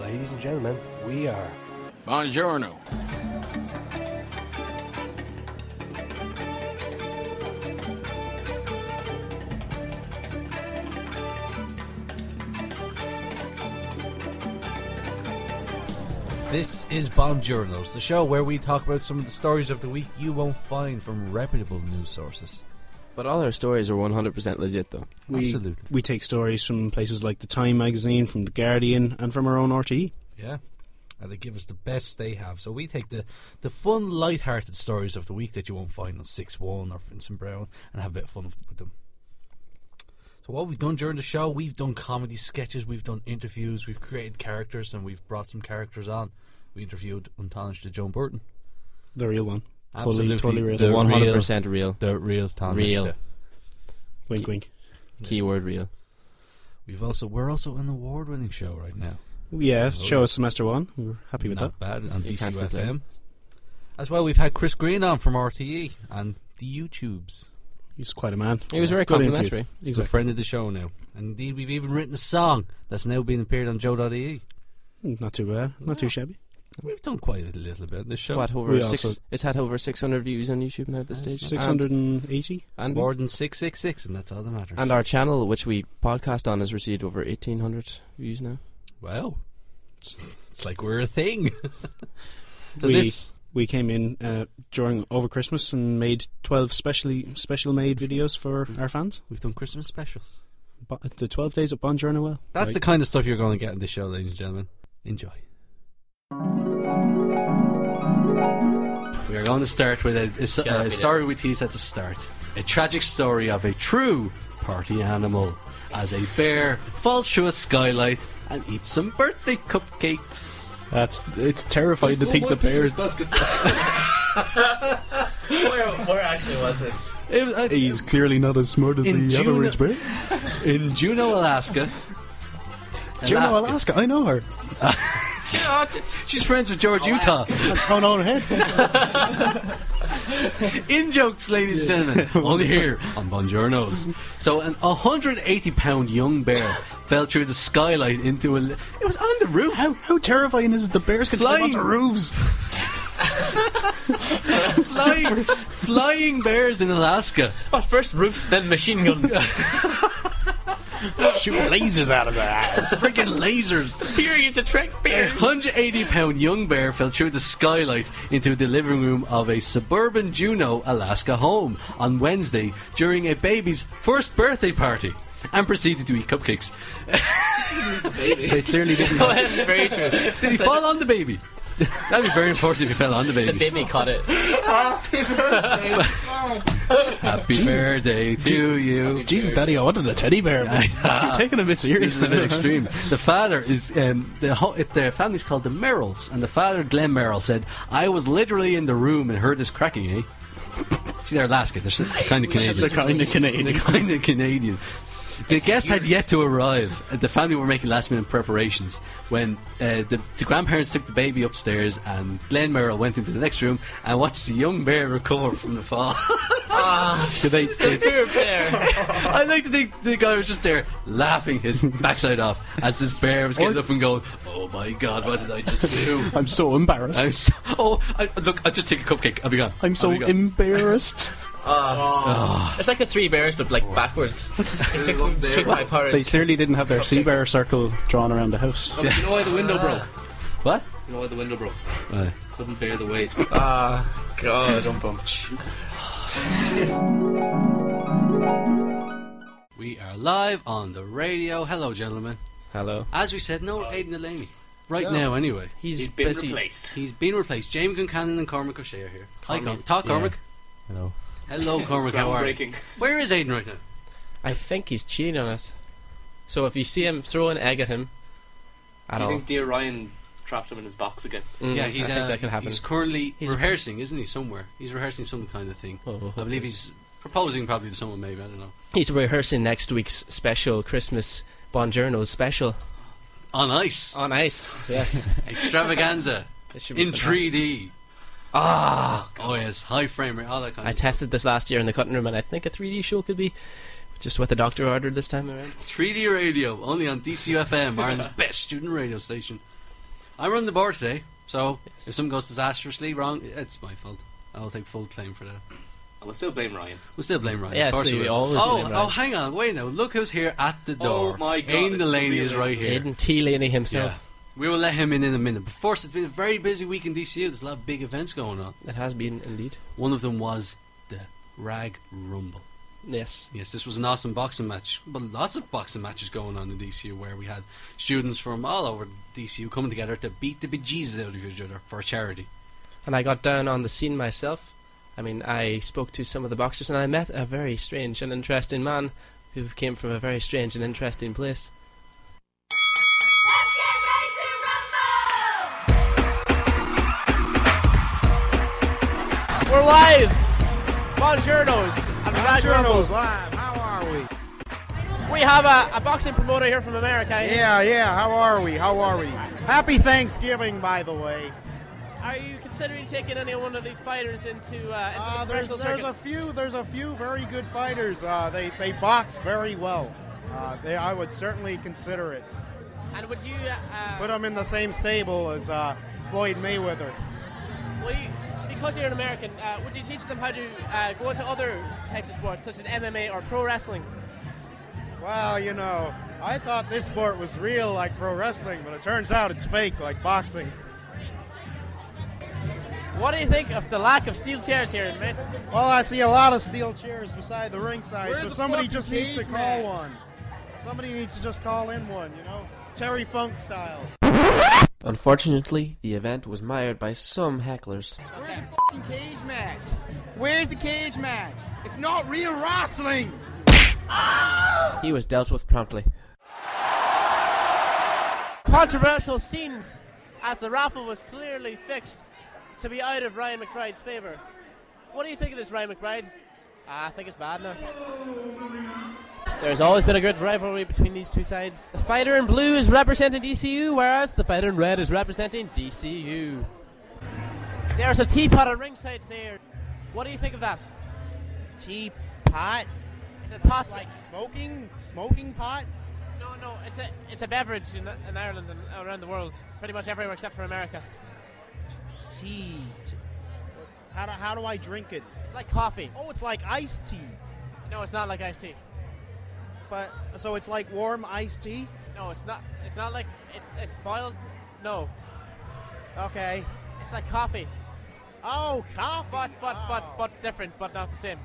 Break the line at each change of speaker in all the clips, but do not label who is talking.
Ladies and gentlemen, we are.
Buongiorno.
This is Bonjournos, the show where we talk about some of the stories of the week you won't find from reputable news sources.
But all our stories are 100% legit, though.
We,
Absolutely.
We take stories from places like the Time magazine, from the Guardian, and from our own E. RTE.
Yeah. And they give us the best they have. So we take the, the fun, light-hearted stories of the week that you won't find on 6-1 or Vincent Brown and have a bit of fun with them. So what we've done during the show, we've done comedy sketches, we've done interviews, we've created characters, and we've brought some characters on. We interviewed Untarnished Joe Burton.
The real one.
Absolutely.
Totally, totally
The
real.
one-
100% real.
The real Tarnished.
Real.
Wink, wink.
Keyword real.
We've also, we're also an award-winning show right now.
Yeah, show us semester one. We were happy with
Not bad on
You can't
DCUFM.
complain.
As well, we've had Chris Green on from E. RTE and the YouTubes.
that. He's quite a man.
He was very
Good interview.
complimentary.
He's a
Exactly.
friend of the show now. And indeed, we've even written a song that's now been appeared on E Joe.ie.
Mm, Not too bad. Not too shabby.
We've done quite a little bit in this show.
What, over
We
six,
also-
it's had over 600 views on YouTube now at this stage.
680?
And, and,
More than 666, and that's all that matters.
and our channel, which we podcast on, has received over 1,800 views now.
wow. It's like we're a thing. so
We-
this,
We came in uh, during over Christmas and made 12 specially special made videos for our fans.
we've done Christmas specials.
Bo- the 12 days at Bonjour Noel.
That's the
Right.
kind of stuff you're going to get in this show, ladies and gentlemen. Enjoy. We are going to start with a, a s- a story we teased at the start. A tragic story of a true party animal as a bear falls through a skylight and eats some birthday cupcakes.
That's it's terrifying to think the bears.
where, where actually was this?
It was, uh,
He's clearly not as smart as the
In June-
average bear.
in Juneau, Alaska.
Juneau, Alaska. I know her.
She's friends with George Utah.
Oh no, her head.
In jokes, ladies and gentlemen, only here on Bonjournos. So, an 180 pound young bear fell through the skylight into a. li- It was on the roof.
How, how terrifying is it? The bears can climb
Flying.
onto roofs.
Flying, flying bears in Alaska.
Well, first roofs, then machine guns.
Shoot lasers out of their eyes.
Freaking lasers.
Period to trick
A
bears.
180 pound young bear fell through the skylight into the living room of a suburban Juneau, Alaska home on Wednesday during a baby's first birthday party and proceeded to eat cupcakes. they clearly didn't.
Oh, that's very true.
Did he fall on the baby? That'd be very important if he fell on the
The
baby.
baby caught it.
Happy birthday to you.
Jesus, Daddy, I wanted a teddy bear. man. You're taking it a bit
This is a
seriously.
bit extreme. The father is um, the ho- it- their family's called the Merrills, and the father Glenn Merrill said, "I was literally in the room and heard this cracking." Eh? See, they're Alaska. They're kind of
They're
Canadian.
kind of
They're
Canadian.
kind of Canadian. The guests had yet to arrive. The family were making last minute preparations when uh, the, the grandparents took the baby upstairs and Glenn Merrill went into the next room and watched the young bear recover from the fall.
Do they, they,
Poor bear.
I like to think the guy was just there laughing his backside off as this bear was getting up and going, "Oh my god, what did I just do?"
I'm so embarrassed.
I'm so, oh, I, look, I'll just take a cupcake. I'll be gone.
I'm so
I'll be gone. Ah.
embarrassed.
Ah.
It's like the three bears, but like backwards. It took, took my
They
porridge.
clearly didn't have their sea bear circle drawn around the house.
Oh, You know why the window broke?
what?
You know why the window broke?
Why?
Couldn't bear the weight.
Ah,
God, don't bump.
We are live on the radio. Hello, gentlemen.
Hello.
As we said, no Aidan Delaney. Right now, anyway.
He's,
He's been
busy.
replaced.
He's been replaced. Jamie Guncannon and Cormac O'Shea are here. Hi, Cormac. Talk, Cormac.
Hello.
Hello, Cormac. How are you?
Groundbreaking.
Where is Aidan right now?
I think he's cheating on us. So if you see him, throw an egg at him. At
Do you
all.
think dear Ryan trapped him in his box again?
Mm,
yeah, he's
I think
uh,
that could happen.
He's currently
He's-
rehearsing, isn't he? Somewhere he's rehearsing some kind of thing.
Well, we'll
I
hope
believe
it is.
he's proposing probably to someone. Maybe I don't know.
He's rehearsing next week's special Christmas Bonjourno special
On ice,
on ice. Oh, Yes,
extravaganza
It should be
in
fantastic.
3D.
Ah,
Oh yes, high frame rate, all that kind
I
of stuff.
tested this last year in the cutting room, and I think a 3D show could be just what the doctor ordered this time around.
3D radio only on DCUFM, Ireland's best student radio station. I'm on the board today, so if something goes disastrously wrong, it's my fault. I'll take full claim for that.
I will still blame Ryan.
We'll still blame Ryan.
Yeah,
of course
see,
we
we
will.
always
oh,
blame Ryan.
oh, hang on, wait now. Look who's here at
Oh
the door.
oh my God,
Aidan
it's
Delaney
really
is right here.
Aiden T. Laney himself.
Yeah. We will let him in in a minute. But first, it's been a very busy week in DCU. There's a lot of big events going on.
It has been indeed.
One of them was the Rag Rumble.
Yes.
Yes, this was an awesome boxing match. But lots of boxing matches going on in DCU where we had students from all over DCU coming together to beat the bejesus out of each other for charity.
And I got down on the scene myself. I mean, I spoke to some of the boxers and I met a very strange and interesting man who came from a very strange and interesting place.
Let's get ready to rumble!
We're live! Buongiornos! I'm Raj Rumble.
live. How are we?
We have a, a boxing promoter here from America.
yeah. How are we? How are we? Happy Thanksgiving, by the way.
Are you considering taking any one of these fighters into, uh, into the
there's,
professional
there's
circuit?
a few. There's a few very good fighters. Uh, they they box very well. Uh, they, I would certainly consider it.
and would you, uh,
Put them in the same stable as uh, Floyd Mayweather.
would you, because you're an American, uh, would you teach them how to uh, go into other types of sports, such as MMA or pro wrestling?
Well, you know, I thought this sport was real, like pro wrestling, but it turns out it's fake, like boxing.
What do you think of the lack of steel chairs here, mate?
Well, I see a lot of steel chairs beside the ringside,
Where's
so
the
somebody
fucking
just needs to
cage
call
match?
one. Somebody needs to just call in one, you know, Terry Funk style.
Unfortunately, the event was mired by some hecklers.
Where's the
fucking cage match? Where's the cage match? It's not real wrestling! He was dealt with promptly.
Controversial scenes, as the raffle was clearly fixed to be out of Ryan McBride's favour. What do you think of this, Ryan McBride? "Ah, I think it's bad now. There's always been a great rivalry between these two sides. The fighter in blue is representing DCU, whereas the fighter in red is representing DCU. There's a teapot at ringside there. What do you think of that?
Teapot?
Is it pot?
E Like smoking? Smoking pot?
no, no. It's a it's a beverage in, in Ireland and around the world, pretty much everywhere except for America.
Tea. T- How do, how do I drink it?
It's like coffee.
Oh, it's like iced tea.
No, it's not like iced tea.
But so it's like warm iced tea.
No, it's not. It's not like it's it's boiled. No,
Okay.
it's like coffee,
Oh, coffee.
but but but
Oh,
but different, but not the same.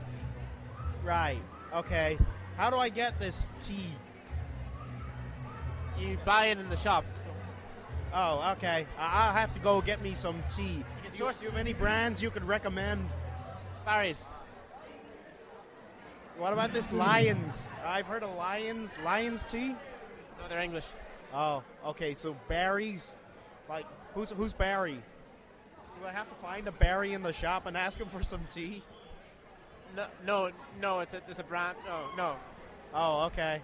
right. Okay. How do I get this tea?
You buy it in the shop.
Oh, okay. I- I'll have to go get me some tea.
can
Do you,
source-
do you have any brands you could recommend?
Barry's.
What about this Lions? I've heard of Lions. Lions tea?
No, they're English.
Oh, okay. So Barry's, like, who's who's Barry? Do I have to find a Barry in the shop and ask him for some tea?
No, no, no. It's a it's a brand. No, no.
Oh, okay.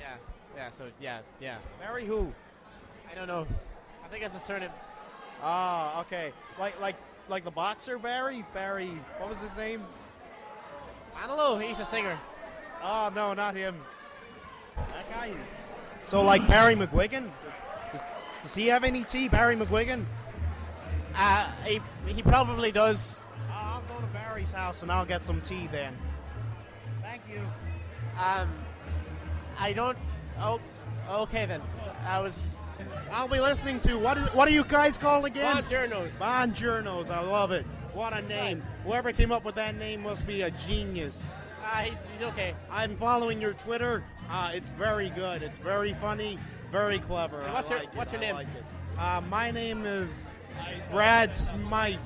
Yeah, yeah. So yeah, yeah.
Barry who?
I don't know. I think it's a surname.
Ah, okay. Like like like the boxer Barry. Barry. What was his name?
Analo. He's a singer.
Oh no, not him. That guy. So like Barry McGuigan. Does, does he have any tea, Barry McGuigan?
Uh, he he probably does.
Ah, I'll go to Barry's house and I'll get some tea then. Thank you.
Um, I don't. Oh, okay then. I was.
I'll be listening to what is what are you guys called again?
Buongiornos.
Bonjournos, I love it. What a name. Whoever came up with that name must be a genius.
Ah, he's, he's okay.
I'm following your Twitter. Uh, it's very good. It's very funny, very clever. I
What's your-
like it.
what's your
I
name?
like it. Uh, my name is Brad Smythe.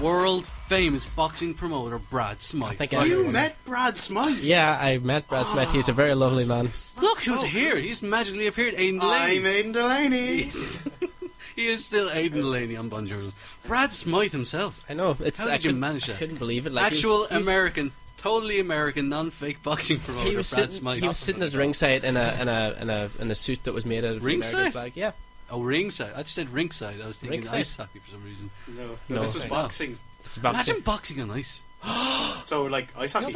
World famous boxing promoter Brad Smythe.
I think
Like,
I-
You met Brad Smythe.
Yeah, I met Brad Smith. He's a
Oh,
very lovely man.
Look who's here! He's magically appeared, Aidan Delaney.
I'm Aidan Delaney.
He is still Aidan Delaney on Bonjournos. Brad Smythe himself.
I know. It's
How
I
did you
couldn't-
manage that?
I couldn't believe it. Like he
Actual
was- he-
American, totally American, non-fake boxing promoter
He was
Brad
sitting.
Smythe.
He was sitting at ringside in a in a in a in a suit that was made out of the American
Ringside?
flag. Yeah.
Oh, ringside. I just said ringside. I was thinking
Ringside?
ice hockey for some reason.
No,
No.
this was boxing.
It's
Imagine boxing on ice.
so like ice
You know,
hockey.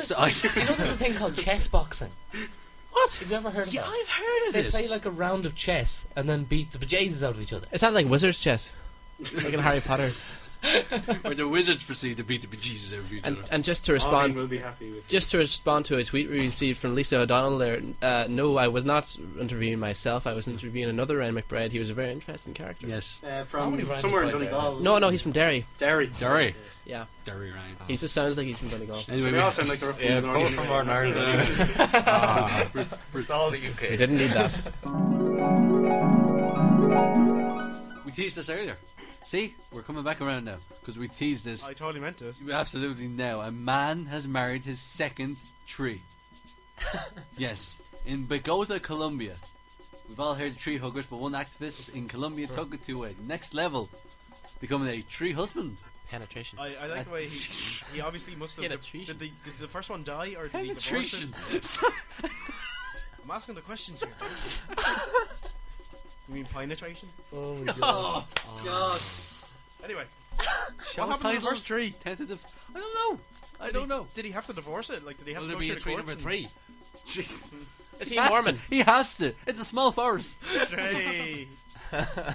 there's, you know there's a thing called chess boxing.
What?
You've never heard of
yeah,
that?
I've heard of
they
this.
They play like a round of chess and then beat the bejesus out of each other.
Is that like wizard's chess? like in Harry Potter.
Where the wizards proceed to beat the bejesus out of each
And,
other.
and just to respond,
will be happy with
just to respond to a tweet we received from Lisa O'Donnell there. Uh, no, I was not interviewing myself. I was interviewing another Ryan McBride. He was a very interesting character.
Yes.
Uh, from somewhere in Donegal.
No, no, he's from Derry.
Derry.
Derry.
Yeah.
Derry Ryan.
He just sounds like he's from Donegal.
Anyway, So we we- all sound like we're from yeah, Northern both from Ireland. Northern Ireland. uh,
Ah.
It's- it's all the UK.
We didn't need that.
We teased this earlier. See, we're coming back around now because we teased this. I
totally meant to.
Absolutely now. A man has married his second tree. yes, in Bogota, Colombia. We've all heard of tree huggers, but one activist in Colombia took it to a next level, becoming a tree husband.
Penetration.
I, I like the way he, he obviously must have. Did, did, the, did the first one die or did he divorce
Penetration.
it? I'm asking the questions here. you mean penetration?
Oh,
No. God. God. Anyway, what happened to the first tree?
Tentative. I don't know. I
Did
don't
he,
know.
Did he have to divorce it? Like, did he have
Will
to go
there be
through
a
the
tree
courts
number
and-
three?
Is he
has to-
Mormon?
he has to. It's a small forest.
Tree.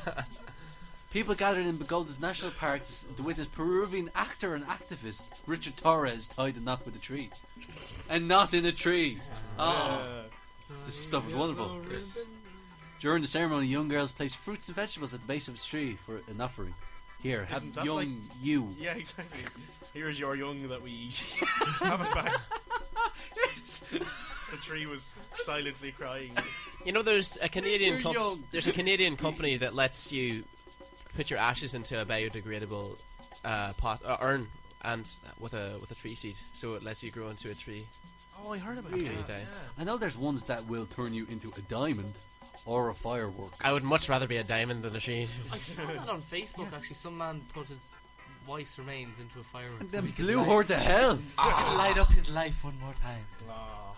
People gathered in Bogota's national park to, s- to witness Peruvian actor and activist Richard Torres tied a knot with a tree, and not in a tree. Oh, this stuff is wonderful. During the ceremony, young girls placed fruits and vegetables at the base of a tree for an offering. Here, have
Isn't that
young
like-
you.
Yeah, exactly. Here's your young that we eat. have it back. the tree was silently crying.
You know, there's a Canadian
You're
comp-
young.
there's a Canadian company that lets you put your ashes into a biodegradable uh, pot uh, urn and with a with a tree seed, so it lets you grow into a tree.
Oh, I heard about
Really?
that.
Day.
I know there's ones that will turn you into a diamond or a firework.
I would much rather be a diamond than a tree.
I saw that on Facebook actually. Some man put his wife's remains into a firework.
Then
so he could
blew
light-
her to hell.
so he could light up his life one more time.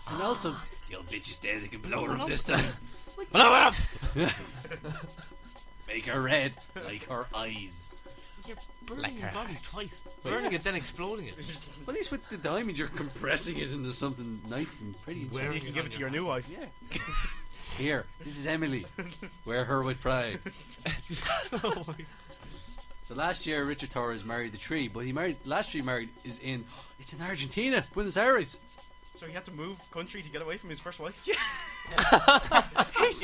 And also,
The old bitch is dead, they can blow her up this
Blow
time.
Like-
blow her up! Make her red, like her eyes.
You're burning
Like
your
her
body
axe.
twice.
Wait.
Burning it, then exploding it.
At least with the diamond, you're compressing it into something nice and pretty. and
Wearing You can it give on it to your your new wife.
Yeah. Here, this is Emily. Wear her with pride. so last year, Richard Torres married the tree, but he married last tree married is in it's in Argentina, Buenos Aires.
So he had to move country to get away from his first wife. Yeah.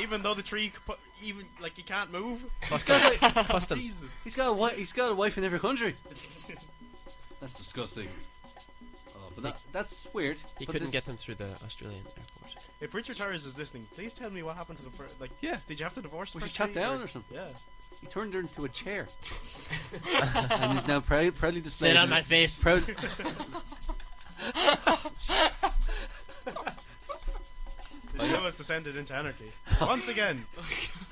even though the tree, c- even like he can't move.
He's got a-
Customs.
Jesus. He's got a wife. He's got a wife in every country. That's disgusting. Oh, but that, that's weird.
He
but
couldn't
this-
get them through the Australian airport.
If Richard Torres is listening, please tell me what happened to the first. Like,
Yeah.
did you have to divorce? the
Was he
first
shut
tree,
down or something?
Yeah.
He turned her into a chair. and is now prou- proudly displayed.
Sit on
in-
my face.
Proud-
The show has descended into anarchy once again.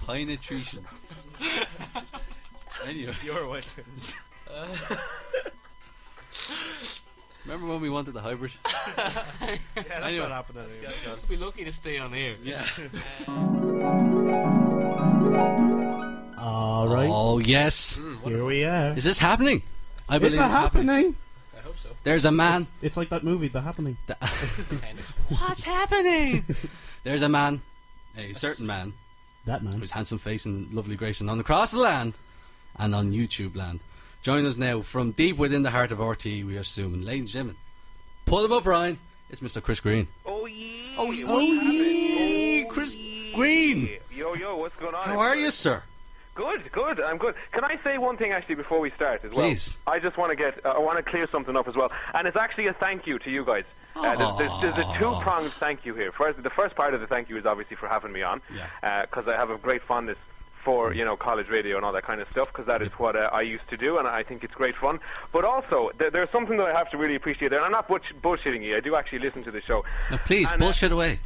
Penetration. anyway.
Your wife. wins.
Remember when we wanted the hybrid?
yeah,
that's
Anyway.
not happening. That's anyway. good.
We'll be lucky to stay on air.
Yeah.
All right.
Oh yes.
Hmm,
Here we are.
Is this happening? I believe
it's a happening.
I hope so. There's a man.
It's, it's like that movie, The Happening.
What's happening? There's a man, a certain man,
that man,
whose handsome face and lovely grace and on across the land, and on YouTube land. Join us now from deep within the heart of RTE. We are assuming, ladies and gentlemen, pull him up, Ryan. It's Mr. Chris Green.
Oh yeah.
Oh yeah. Oh yeah. Chris Green.
Yo yo, what's going on?
How are you, sir?
Good, good. I'm good. Can I say one thing actually before we start as well?
Please.
I just want to get, uh, I want to clear something up as well, and it's actually a thank you to you guys. Uh, there's, there's, there's a two-pronged thank you here. First, the first part of the thank you is obviously for having me on, because I have a great fondness for you know college radio and all that kind of stuff, because that is what uh, I used to do, and I think it's great fun. But also, th- there's something that I have to really appreciate there, and I'm not butch- bullshitting you. I do actually listen to the show.
Now, please
And, uh,
bullshit away.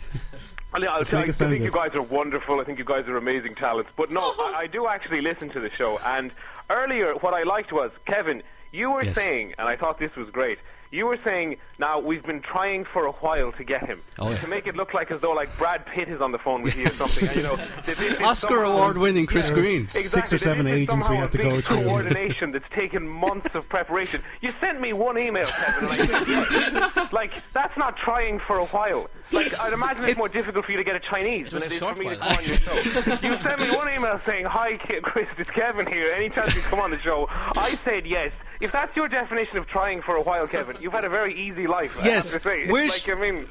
I, mean, I'll
Let's
tell
make
you,
it
I
sound
think you
good.
guys are wonderful. I think you guys are amazing talents. But no, I, I do actually listen to the show. And earlier, what I liked was Kevin. You were
Yes.
saying, and I thought this was great. You were saying now we've been trying for a while to get him
Oh, yeah.
to make it look like as though like Brad Pitt is on the phone with you or something. and, you know, that this is
Oscar
somehow-
award-winning Chris
Yeah, there's
Green.
exactly,
six or
that
seven
this is
agents we
somehow
have
a
to
big
go through.
Coordination that's taken months of preparation. You sent me one email, Kevin. Like, like that's not trying for a while. Like I'd imagine it's more difficult for you to get a Chinese than
was
it
a
is for
short
me to
while.
come on your show. You sent me one email saying, "Hi, Ke- Chris, it's Kevin here. Any chance you come on the show?" I said yes. If that's your definition of trying for a while, Kevin, you've had a very easy life. I
Yes.
have to say. It's
We're
like I mean.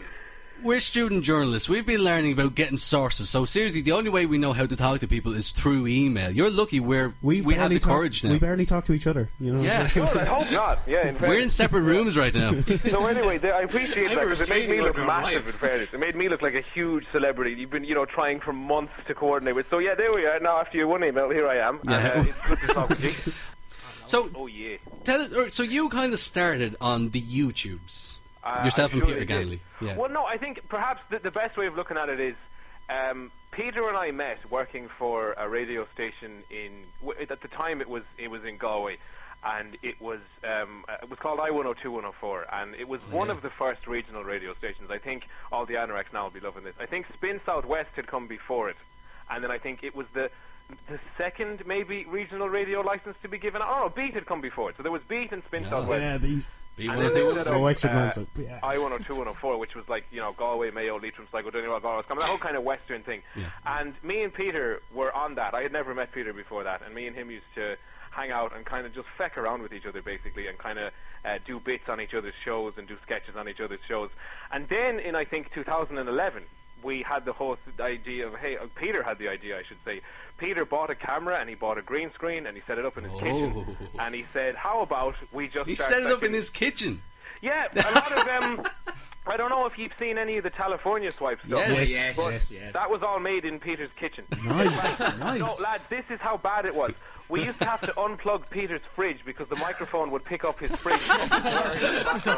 We're student journalists. We've been learning about getting sources. So seriously, the only way we know how to talk to people is through email. You're lucky we're, we we have
barely
the
talk-
courage now.
We barely talk to each other. You know.
Yeah.
it's
Good, I hope not. Yeah, in
We're in
fairness.
separate rooms right now.
So anyway, there, I appreciate
I
that
have a
because it made
restraining
me look
order on
massive.
life.
In fairness, it made me look like a huge celebrity. You've been, you know, trying for months to coordinate with. So yeah, there we are. Now after your one email, here I am.
Yeah.
And, uh, it's good to talk with you.
So
oh yeah.
Tell, or, so you kind of started on the YouTubes.
Uh,
Yourself
I'm
and
sure
Peter
they
Ganley.
did.
Yeah.
Well, no, I think perhaps the, the best way of looking at it is um, Peter and I met working for a radio station in w- at the time it was it was in Galway. And it was um, uh, it was called I one hundred two one hundred four, and it was one of the first regional radio stations. I think all the anoraks now will be loving this. I think Spin Southwest had come before it, and then I think it was the the second maybe regional radio license to be given. Oh no, Beat had come before it, so there was Beat and
Oh.
Spin Southwest.
Oh, Yeah, the-
And then they set up,
Oh, extra
uh,
glance. Yeah.
I 102, 104, which was like, you know, Galway, Mayo, Leitrim, Sligo, Donegal, Galway, Scotland, that whole kind of Western thing. And me and Peter were on that. I had never met Peter before that, and me and him used to hang out and kind of just feck around with each other, basically, and kind of uh, do bits on each other's shows and do sketches on each other's shows. And then in, I think, 2011, we had the whole th- idea of, hey, uh, Peter had the idea, I should say. Peter bought a camera and he bought a green screen and he set it up in his kitchen.
Oh.
And he said, how about we just
He
start
set it up
second-
in his kitchen.
yeah, a lot of them. I don't know if you've seen any of the California swipe stuff.
Oh, Yes. Yes, yes,
but
yes, yes.
That was all made in Peter's kitchen.
Nice,
No,
nice.
lads, this is how bad it was. We used to have to unplug Peter's fridge because the microphone would pick up his fridge.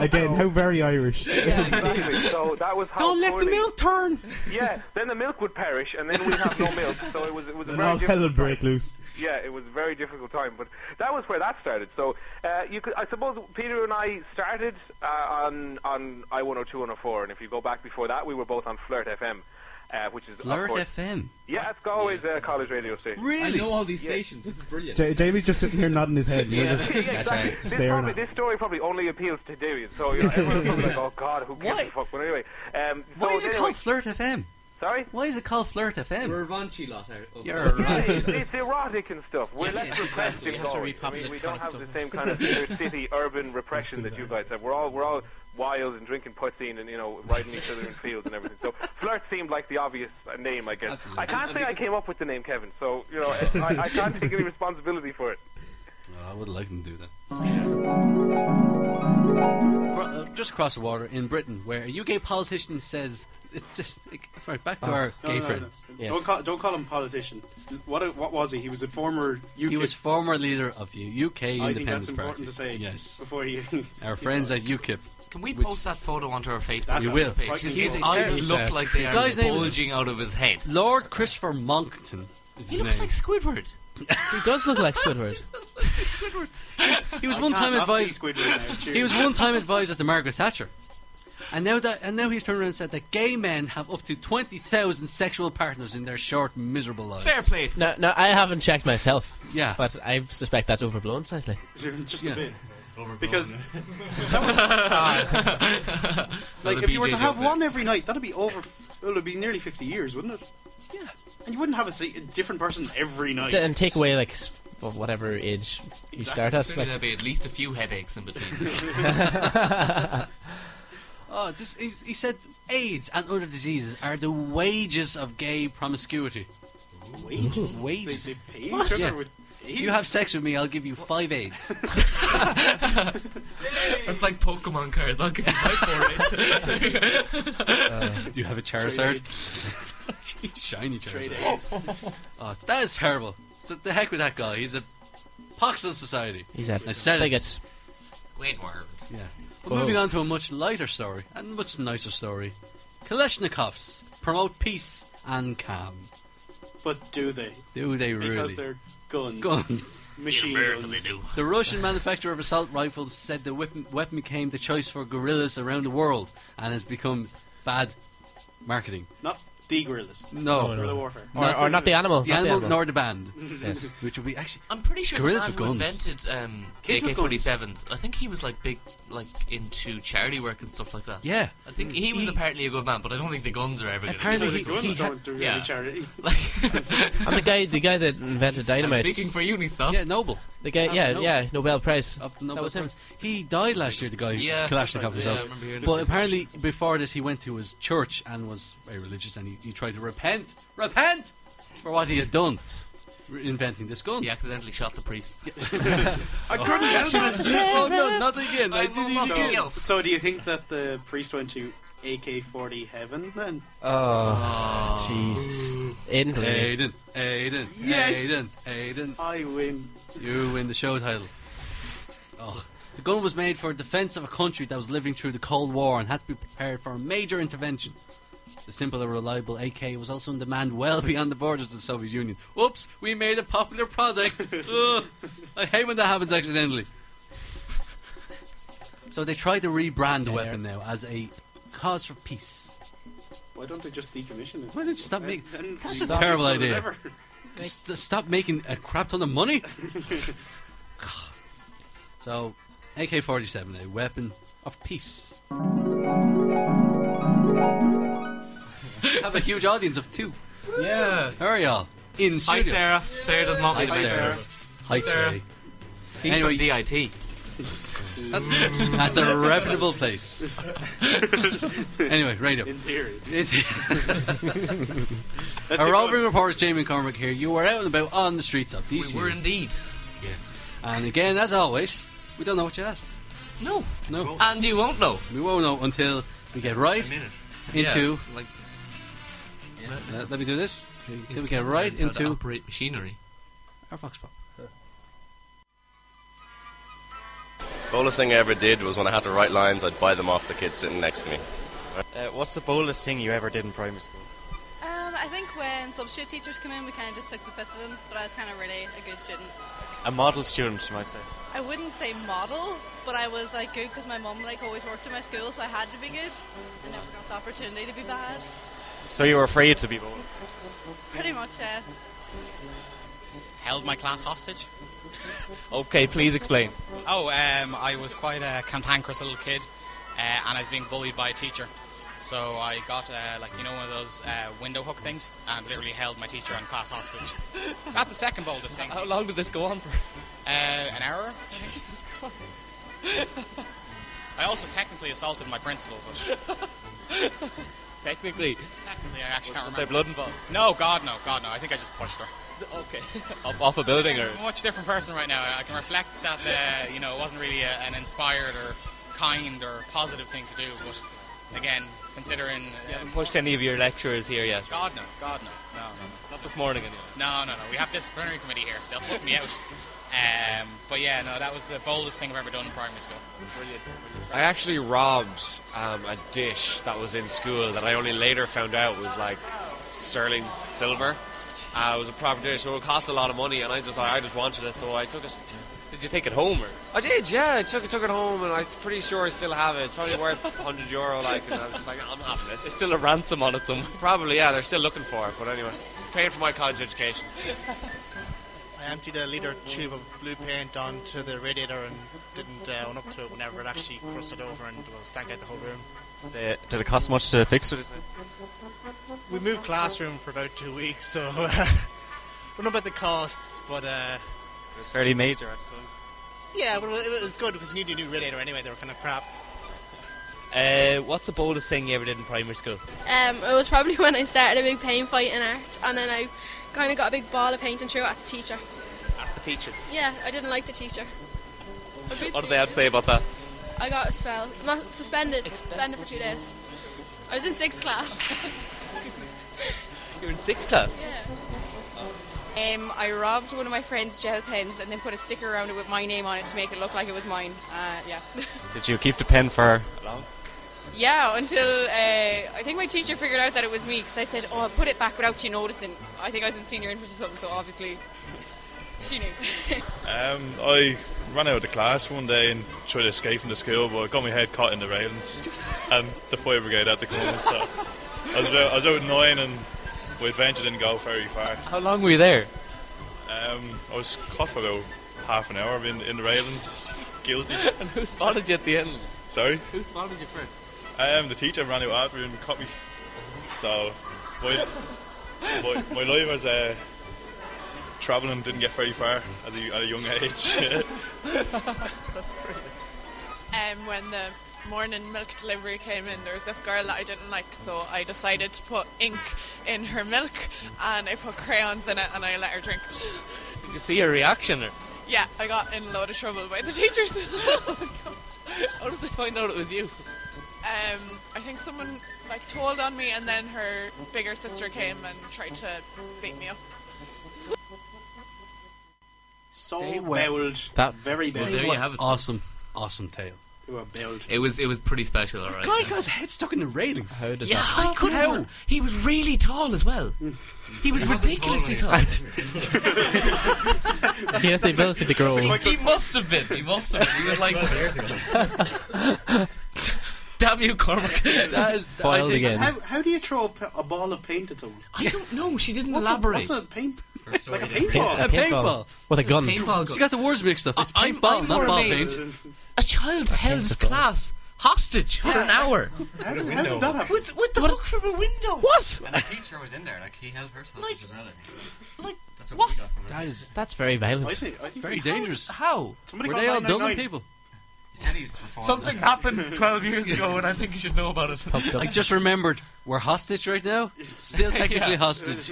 Again, how very Irish.
Yeah, exactly. So that was how.
Don't let the
poorly-
milk turn.
Yeah, then the milk would perish, and then we'd have no milk. So it was it was a
Then
very
all hell will
difficult
break loose.
yeah, it was a very difficult time, but that was where that started. So uh, you could, I suppose, Peter and I started uh, on on I one hundred two one hundred four, and if you go back before that, we were both on Flirt FM, uh, which is of
Flirt
course-
FM.
Yeah, that's Galway's uh, college radio station.
Really? I know
all
these
stations. This is brilliant.
J- Jamie's just sitting here nodding his head.
Yeah,
You're
yeah,
just
exactly. This,
staring
probably,
at
this story probably only appeals to David, so you know, everyone's probably like, "Oh God, who gives a fuck?" But anyway, um,
Why
so
is it
anyway-
called Flirt FM?
Sorry?
Why is it called Flirt FM?
We're a raunchy lot. out of-
You're
Yeah,
right.
it's, it's erotic and stuff. We're
Yes,
less
yes,
repressed
exactly.
in
We have to
Galway. I
repopulate
mean, we
the
don't have
comics
the
up.
same kind of inner city urban repression that you guys have. We're all we're all wild and drinking poutine and you know riding each other in fields and everything. So flirt seemed like the obvious uh, name, I guess.
Absolutely.
I can't
And
say I
because-
came up with the name Kevin, so you know I, I, I can't take any responsibility for it.
Oh, I would like them to do that. Cro- uh, Just across the water in Britain, where a UK politician says, "It's just like, right back to our
Oh. No,
gay
no, no,
friend."
no. uh, Don't call don't call him politician. What what was he? He was a former UK.
He was former leader of the UK
I
Independence
think that's
Party.
important to say.
Yes,
Before you.
our friends at UKIP.
Can we post that photo onto our Facebook
You will.
page? His
He's terrible.
eyes look like they
The
are
guy's name is-
bulging out of his head.
Lord Christopher Monkton. Is
He
his
looks
name.
like Squidward.
He does look like Squidward.
He was one time advised. He was one time advisor to Margaret Thatcher, and now that and now he's turned around and said that gay men have up to twenty thousand sexual partners in their short, miserable lives.
Fair play.
No, no, I haven't checked myself.
Yeah.
But I suspect that's overblown slightly.
Just
Yeah.
a bit.
Overblown.
Because like
Another
if you were
BJ
to have
joke
one every night, that'd be over. Well, it'd be nearly fifty years, wouldn't it? Yeah. And you wouldn't have a, se- a different person every night.
D- and take away, like, s- of whatever age you start at.
Maybe
Like,
there'll be at least a few headaches in between.
Oh, this, he, he said AIDS and other diseases are the wages of gay promiscuity.
Wages?
Wages.
They- they pay What? each other with AIDS?
You have sex with me, I'll give you five AIDS.
it's like Pokemon cards. I'll give you my four
Uh,
do you have a Charizard? Shiny
Trade
Charizard. Oh, it's- that is terrible. So the heck with that guy. He's a pox on society.
he's at
I said it.
bigots.
Squidward.
Yeah. But
Whoa.
moving on to a much lighter story and much nicer story. Kalashnikovs promote peace and calm.
But do they?
Do they
Because
really?
they're guns.
Guns.
Machine guns.
The Russian manufacturer of assault rifles said the weapon, weapon became the choice for guerrillas around the world and has become bad marketing.
Not the gorillas.
No,
Guerrilla warfare.
Not-
Or- or not the animal,
The
not the
animal,
animal.
nor the band.
Yes.
which would be actually.
I'm pretty sure
gorillas
the man
with guns.
who invented um,
Kids with
AK-47. I think he was like big, like into charity work and stuff like that.
Yeah.
I think he was apparently a good man, but I don't think the guns are ever. gonna be
Apparently
good.
he- Guns he had-
don't do really charity.
I'm the guy, the guy that invented dynamite.
speaking for you, Nick.
Yeah, Noble.
The guy,
Of
yeah,
Noble.
yeah, Nobel Prize.
Of Nobel
that was him.
Prize. He died last year. The guy
Yeah,
who Kalashnikov
that's right.
himself.
Yeah, I remember hearing
but
that.
apparently, before this, he went to his church and was very religious, and he, he tried to repent, repent for what he had done, re- inventing this gun. He
accidentally shot the priest.
I couldn't help it.
oh no, not again! I did it again.
So, so do you think that the priest went to AK-40 heaven then?
Uh,
Oh, jeez. Aiden.
Aiden, Aiden,
Yes!
Aiden, Aiden.
I win.
You win the show title. Oh. The gun was made for defense of a country that was living through the Cold War and had to be prepared for a major intervention. The simple and reliable AK was also in demand well beyond the borders of the Soviet Union. Whoops, we made a popular product. Ugh. I hate when that happens accidentally. So they try to rebrand the weapon now as a cause for peace.
Why don't they just decommission it?
Why don't you stop making?
And-
That's a
and-
terrible
Stop it
idea.
forever.
St- stop making a crap ton of money. God. So, AK-47, a weapon of peace. Have a huge audience of two.
Yeah.
How are y'all? In
Hi,
studio.
Sarah. Sarah does not
Hi,
like me.
Sarah. Hi,
Sarah.
Trey.
She's
Anyway,
from DIT.
That's Mm. That's a reputable place. anyway, radio.
In theory.
In the-
Let's
a
get
roving reporter, Jamie McCormick here. You were out and about on the streets of DC.
We were indeed. Yes.
And again, as always, we don't know what you asked.
No.
No.
And you won't know.
We won't know until we get right into.
Yeah, like.
Uh, let me do this. Until we
It
get right
learns how to
into
operate machinery.
our Fox Pop.
Boldest thing I ever did was when I had to write lines, I'd buy them off the kid sitting next to me.
Uh, what's the boldest thing you ever did in primary school?
Um, I think when substitute teachers come in, we kind of just took the piss of them, but I was kind of really a good student.
A model student, you might say.
I wouldn't say model, but I was like good because my mum like always worked in my school, so I had to be good. I never got the opportunity to be bad.
So you were afraid to be bold.
Pretty much, yeah.
Held my class hostage.
Okay, please explain.
Oh, um, I was quite a cantankerous little kid, uh, and I was being bullied by a teacher. So I got uh, like you know one of those uh, window hook things, and literally held my teacher and class hostage. That's the second boldest thing. How long did this go on for? Uh, an hour. Jesus Christ. I also technically assaulted my principal, but
Technically.
technically I actually can't
Was
remember.
there blood involved?
No, God, no, God, no. I think I just pushed her.
Okay. Off, off a building or.
I'm a much different person right now. I can reflect that uh, you know it wasn't really a, an inspired or kind or positive thing to do. But again, considering
You
uh,
haven't pushed any of your lecturers here yet.
God no, God no, no, no, no.
Not this morning, anyway.
No, no, no. We have disciplinary committee here. They'll put me out. Um, but yeah, no, that was the boldest thing I've ever done in primary school. Brilliant.
I actually robbed um, a dish that was in school that I only later found out was like sterling silver. Uh, it was a proper dish, so it cost a lot of money, and I just I just wanted it, so I took it.
Did you take it home or?
I did, yeah. I took took it home, and I'm pretty sure I still have it. It's probably worth 100 euro, like. And I was just like, I'm having this.
There's still a ransom on it somewhere.
Probably, yeah. They're still looking for it, but anyway, it's paying for my college education.
I emptied a litre tube of blue paint onto the radiator and didn't uh, own up to it whenever it actually crusted over and well, stank out the whole room.
Did it, did it cost much to fix it? Is it?
We moved classroom for about two weeks, so uh, don't know about the cost, but uh,
It was fairly major.
yeah, but it was good because we needed a new radiator anyway. They were kind of crap.
Uh, what's the boldest thing you ever did in primary school?
Um, it was probably when I started a big paint fight in art, and then I kind of got a big ball of paint and threw it at the teacher.
At the teacher.
Yeah, I didn't like the teacher.
What did they have to say about that?
I got a swell, not suspended, suspended for two days. I was in sixth class.
You're in sixth class.
Um, I robbed one of my friend's gel pens and then put a sticker around it with my name on it to make it look like it was mine. Uh, yeah.
Did you keep the pen for?
Yeah, until uh, I think my teacher figured out that it was me because I said, "Oh, I'll put it back without you noticing." I think I was in senior infant or something, so obviously she knew.
Um, I ran out of the class one day and tried to escape from the school, but I got my head caught in the railings, and the fire brigade had to come and stop. I was about, I was out nine, and my adventure didn't go very far.
How long were you there?
Um, I was caught for about half an hour in, in the railings, guilty.
and who spotted you at the end?
Sorry.
Who spotted you first?
Um, the teacher ran out after me and caught me. So, my, my, my life as a travelling didn't get very far as a, at a young age.
um, when the morning milk delivery came in, there was this girl that I didn't like, so I decided to put ink in her milk and I put crayons in it and I let her drink it.
Did you see her reaction? Or?
Yeah, I got in a load of trouble by the teachers.
How did they find out it was you?
um, I think someone like told on me, and then her bigger sister came and tried to beat me up.
So
They were-
belled.
That
very
well,
belled.
there you have it. Awesome, awesome tale.
They were belled.
It was it was pretty special, alright.
Guy got his head stuck in the railings. How
does Yeah, that I happen? couldn't-
How?
He was really tall as well. He was ridiculously tall.
He has the ability to grow.
he must have been. He must have been. He was like years ago. Damn you, Cormac.
That is- Foiled I think- again.
How, how do you throw a, p- a ball of paint at someone?
I don't know. She didn't
what's
elaborate.
A, what's a paint? like a
didn't.
paintball.
A paintball.
With a gun.
Paintball
She got the words mixed up. It's
I'm-
paintball,
I'm
not
more
ball
amazed.
paint.
A child held his class hostage for an hour.
How did,
how did that
happen?
With, with the hook from a window. What?
And the teacher was in there, like he held her
Like-
as well.
Like
That's what,
what?
we got from her.
that's very violent.
I think- I think-
very dangerous.
How?
Somebody Were call they all dumb 999.
people?
He said he's reformed.
Something happened 12 years ago, and I think you should know about it.
I just remembered we're hostage right now. Still technically
Yeah.
hostage.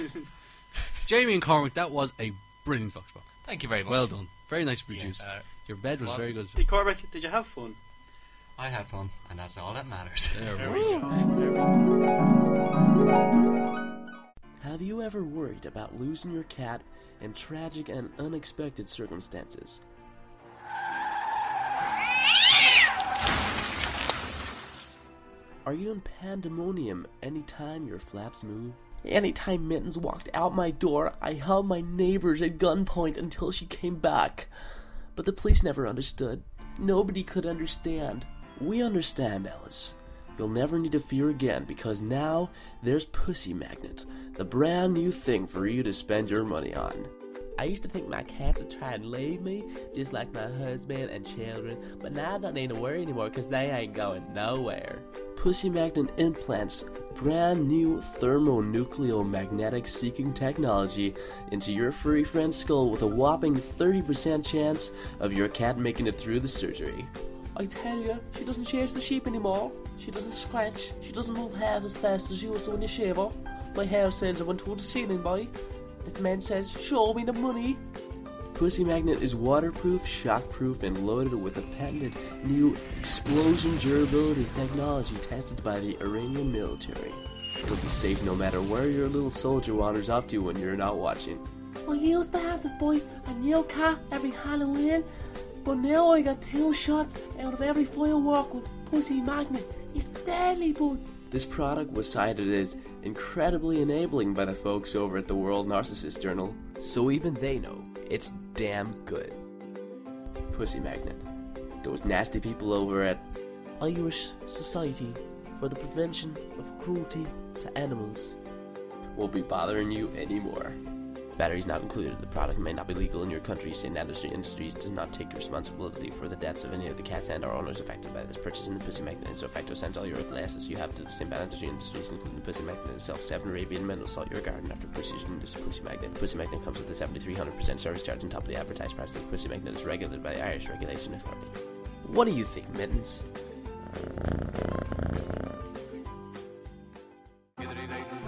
Jamie and Cormac, that was a brilliant Foxbox.
Thank you very much.
Well done. Very nice produced.
uh,
Your bed was
well-
very good.
Hey, Cormac, did you have fun?
I had fun, and that's all that matters.
There
we go.
Have you ever worried about losing your cat in tragic and unexpected circumstances? Are you in pandemonium anytime your flaps move? Anytime Mittens walked out my door, I held my neighbors at gunpoint until she came back. But the police never understood. Nobody could understand. We understand, Alice. You'll never need to fear again because now there's Pussy Magnet, the brand new thing for you to spend your money on. I used to think my cats would try and leave me, just like my husband and children, but now I don't need to worry anymore because they ain't going nowhere. Pussy Magnet implants brand new thermonucleomagnetic seeking technology into your furry friend's skull with a whopping 30% chance of your cat making it through the surgery. I tell you, she doesn't chase the sheep anymore. She doesn't scratch. She doesn't move half as fast as you used to when you shave her. My hair says I went to the ceiling, boy. This man says, show me the money. Pussy Magnet is waterproof, shockproof, and loaded with a patented new explosion durability technology tested by the Iranian military. It'll be safe no matter where your little soldier wanders off to when you're not watching. I used to have to buy a new car every Halloween, but now I got two shots out of every firework with Pussy Magnet. It's deadly, boy. This product was cited as incredibly enabling by the folks over at the World Narcissist Journal, so even they know it's damn good. Pussy Magnet. Those nasty people over at Irish Society for the Prevention of Cruelty to Animals won't be bothering you anymore. Batteries not included. The product may not be legal in your country. St. Industry Industries does not take responsibility for the deaths of any of the cats and or owners affected by this purchase. And the Pussy Magnet in so facto sends all your earthly assets you have to the St. Industry Industries, including the Pussy Magnet itself. Seven Arabian men will salt your garden after precision this Pussy Magnet. The Pussy Magnet comes with a 7,300% service charge on top of the advertised price. The Pussy Magnet is regulated by the Irish Regulation Authority. What do you think, Mittens?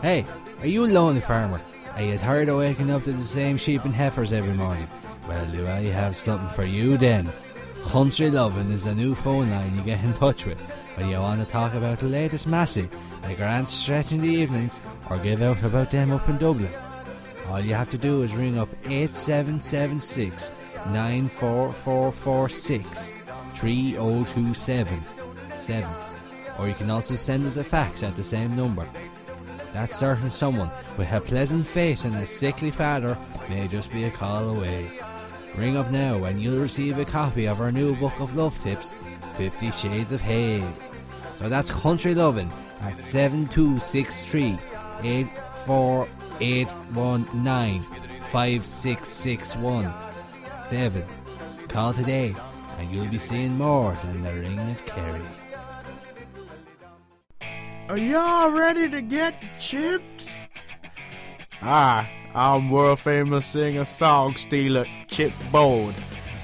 Hey, are you a lonely farmer? Are you tired of waking up to the same sheep and heifers every morning? Well, do I have something for you then? Country Lovin' is a new phone line you get in touch with when you want to talk about the latest massy, like our aunt's stretch in the evenings, or give out about them up in Dublin. All you have to do is ring up 8776 oh 94446 3027 7
or you can also send us a fax at the same number. That certain someone with a pleasant face and a sickly father may just be a call away. Ring up now and you'll receive a copy of our new book of love tips, Fifty Shades of Hay. So that's Country Lovin' at 7263 84819 5661 7. Call today and you'll be seeing more than the Ring of Kerry.
Are y'all ready to get chipped?
Hi, I'm world famous singer song stealer Chip Bode,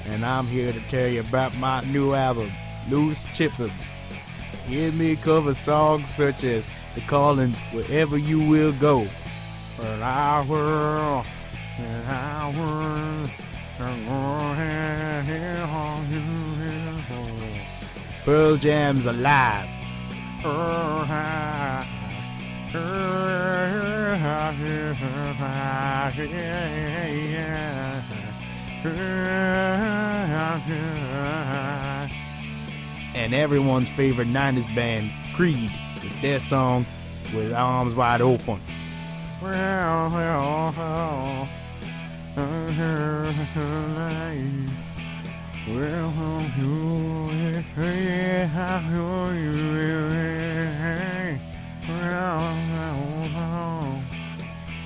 and I'm here to tell you about my new album, Loose Chippins. Hear me cover songs such as The Callings Wherever You Will Go, and I will, and I will, and I will. Pearl Jam's Alive. and everyone's favorite 90s band, Creed, with their song, With Arms Wide Open.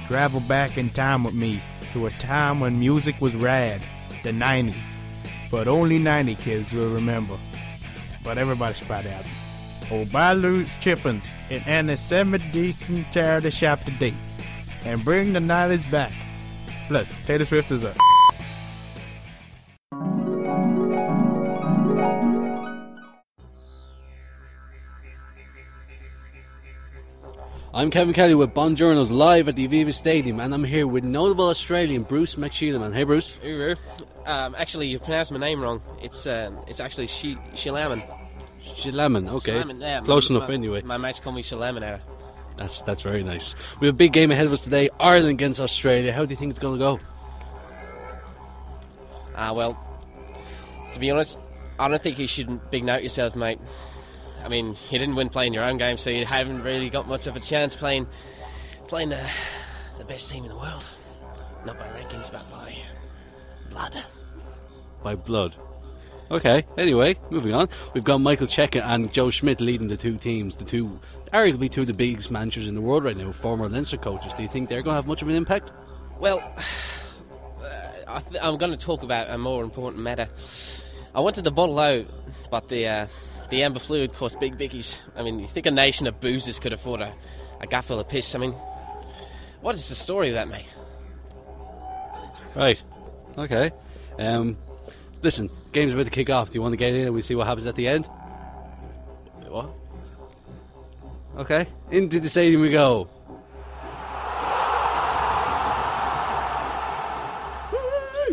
Travel back in time with me to a time when music was rad, the 90s. But only 90 kids will remember. But everybody should buy the album. Or buy Lou's Chippins in any semi decent charity shop today. And bring the 90s back. Plus, Taylor Swift is up.
I'm Kevin Kelly with Bonjournos live at the Aviva Stadium, and I'm here with notable Australian Bruce McSheelaman. Hey, Bruce.
Um, actually, you pronounced my name wrong. It's um, it's actually she Shilaman.
Shilaman, okay.
Shilaman, yeah, my-
Close
my-
enough, anyway.
My mates call me Shilaman now.
That's that's very nice. We have a big game ahead of us today Ireland against Australia. How do you think it's going to go?
Ah, well, to be honest, I don't think you should big note yourself, mate. I mean, you didn't win playing your own game, so you haven't really got much of a chance playing playing the the best team in the world. Not by rankings, but by blood.
By blood. Okay, anyway, moving on. We've got Michael Checa and Joe Schmidt leading the two teams, the two, arguably two of the biggest managers in the world right now, former Leinster coaches. Do you think they're going to have much of an impact?
Well, uh, I th- I'm going to talk about a more important matter. I went to the bottle out, but the uh, the amber fluid cost big biggies. I mean, you think a nation of boozers could afford a, a gut full of piss? I mean, what is the story with that, mate?
Right. Okay. Um, listen, game's about to kick off. Do you want to get in and we see what happens at the end?
What?
Okay. Into the stadium we go.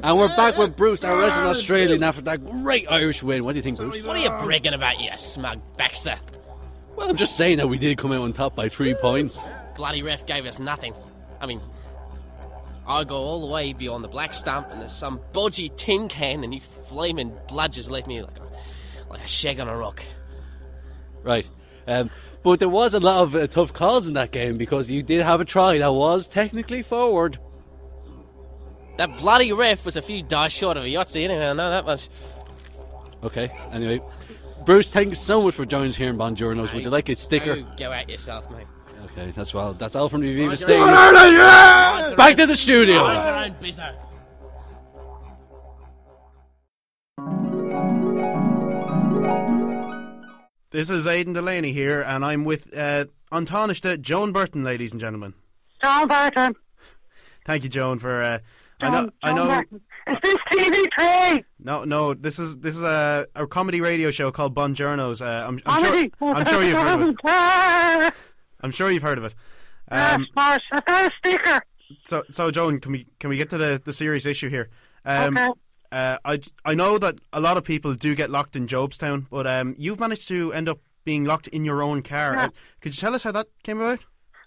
And we're back with Bruce, our resident Australian, after that great Irish win. What do you think, Bruce?
What are you bragging about, you smug Baxter?
Well, I'm just saying that we did come out on top by three points.
Bloody ref gave us nothing. I mean, I go all the way beyond the black stump, and there's some bodgy tin can, and you flaming bludgers left me like a, like a shag on a rock.
Right. Um, but there was a lot of uh, tough calls in that game because you did have a try that was technically forward.
That bloody ref was a few dice short of a Yahtzee, anyway, I know that much.
Okay, anyway. Bruce, thank you so much for joining us here in Bonjournos. Would you like a sticker?
You go at yourself, mate.
Okay, that's well. That's all from the
Bonjournos.
Viva Stadium.
Bonjournos.
Back to the
Mind your
studio.
own business.
This is Aidan Delaney here, and I'm with uh, untarnished uh, Joan Burton, ladies and gentlemen. John Barton. Thank you, Joan, for. Uh, John, I know. I John know. Barton. Is this TV3? No, no. This is this is a, a comedy radio show called Bonjournos. Uh, I'm, I'm sure. Comedy. I'm sure you've heard of it. Ah, I'm sure you've heard of it. Um, Marsh, I got a sticker. so, so Joan, can we can we get to the, the serious issue here? Okay. uh, I I know that a lot of people do get locked in Jobstown, but um, you've managed to end up being locked in your own car. Yeah. Uh, Could you tell us how that came about?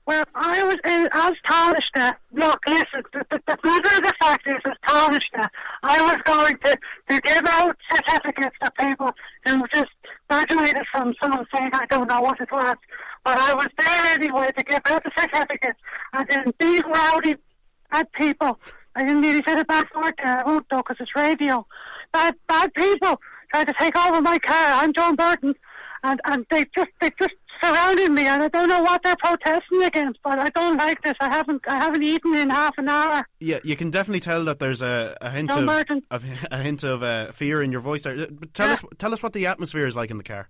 Well, I was
uh,
in, I was Tarnishna. Look, listen, the, the, the matter of the fact is, as
uh,
Tarnishna, I was going to, to give out certificates to people who just
graduated from something, I don't know what it was, but I was there anyway to give out the certificate. And then being rowdy bad people, I didn't really say the bad word there, I won't though, 'cause it's radio. Bad, bad people tried to take over my car. I'm John Burton, and, and they just, they just surrounded me, and I don't know what they're protesting against, but I don't like this. I haven't, I haven't eaten in half an hour.
Yeah, you can definitely tell that there's a, a hint
John
of,
Martin.
of a hint of uh, fear in your voice. There, but tell us tell us what the atmosphere is like in the car.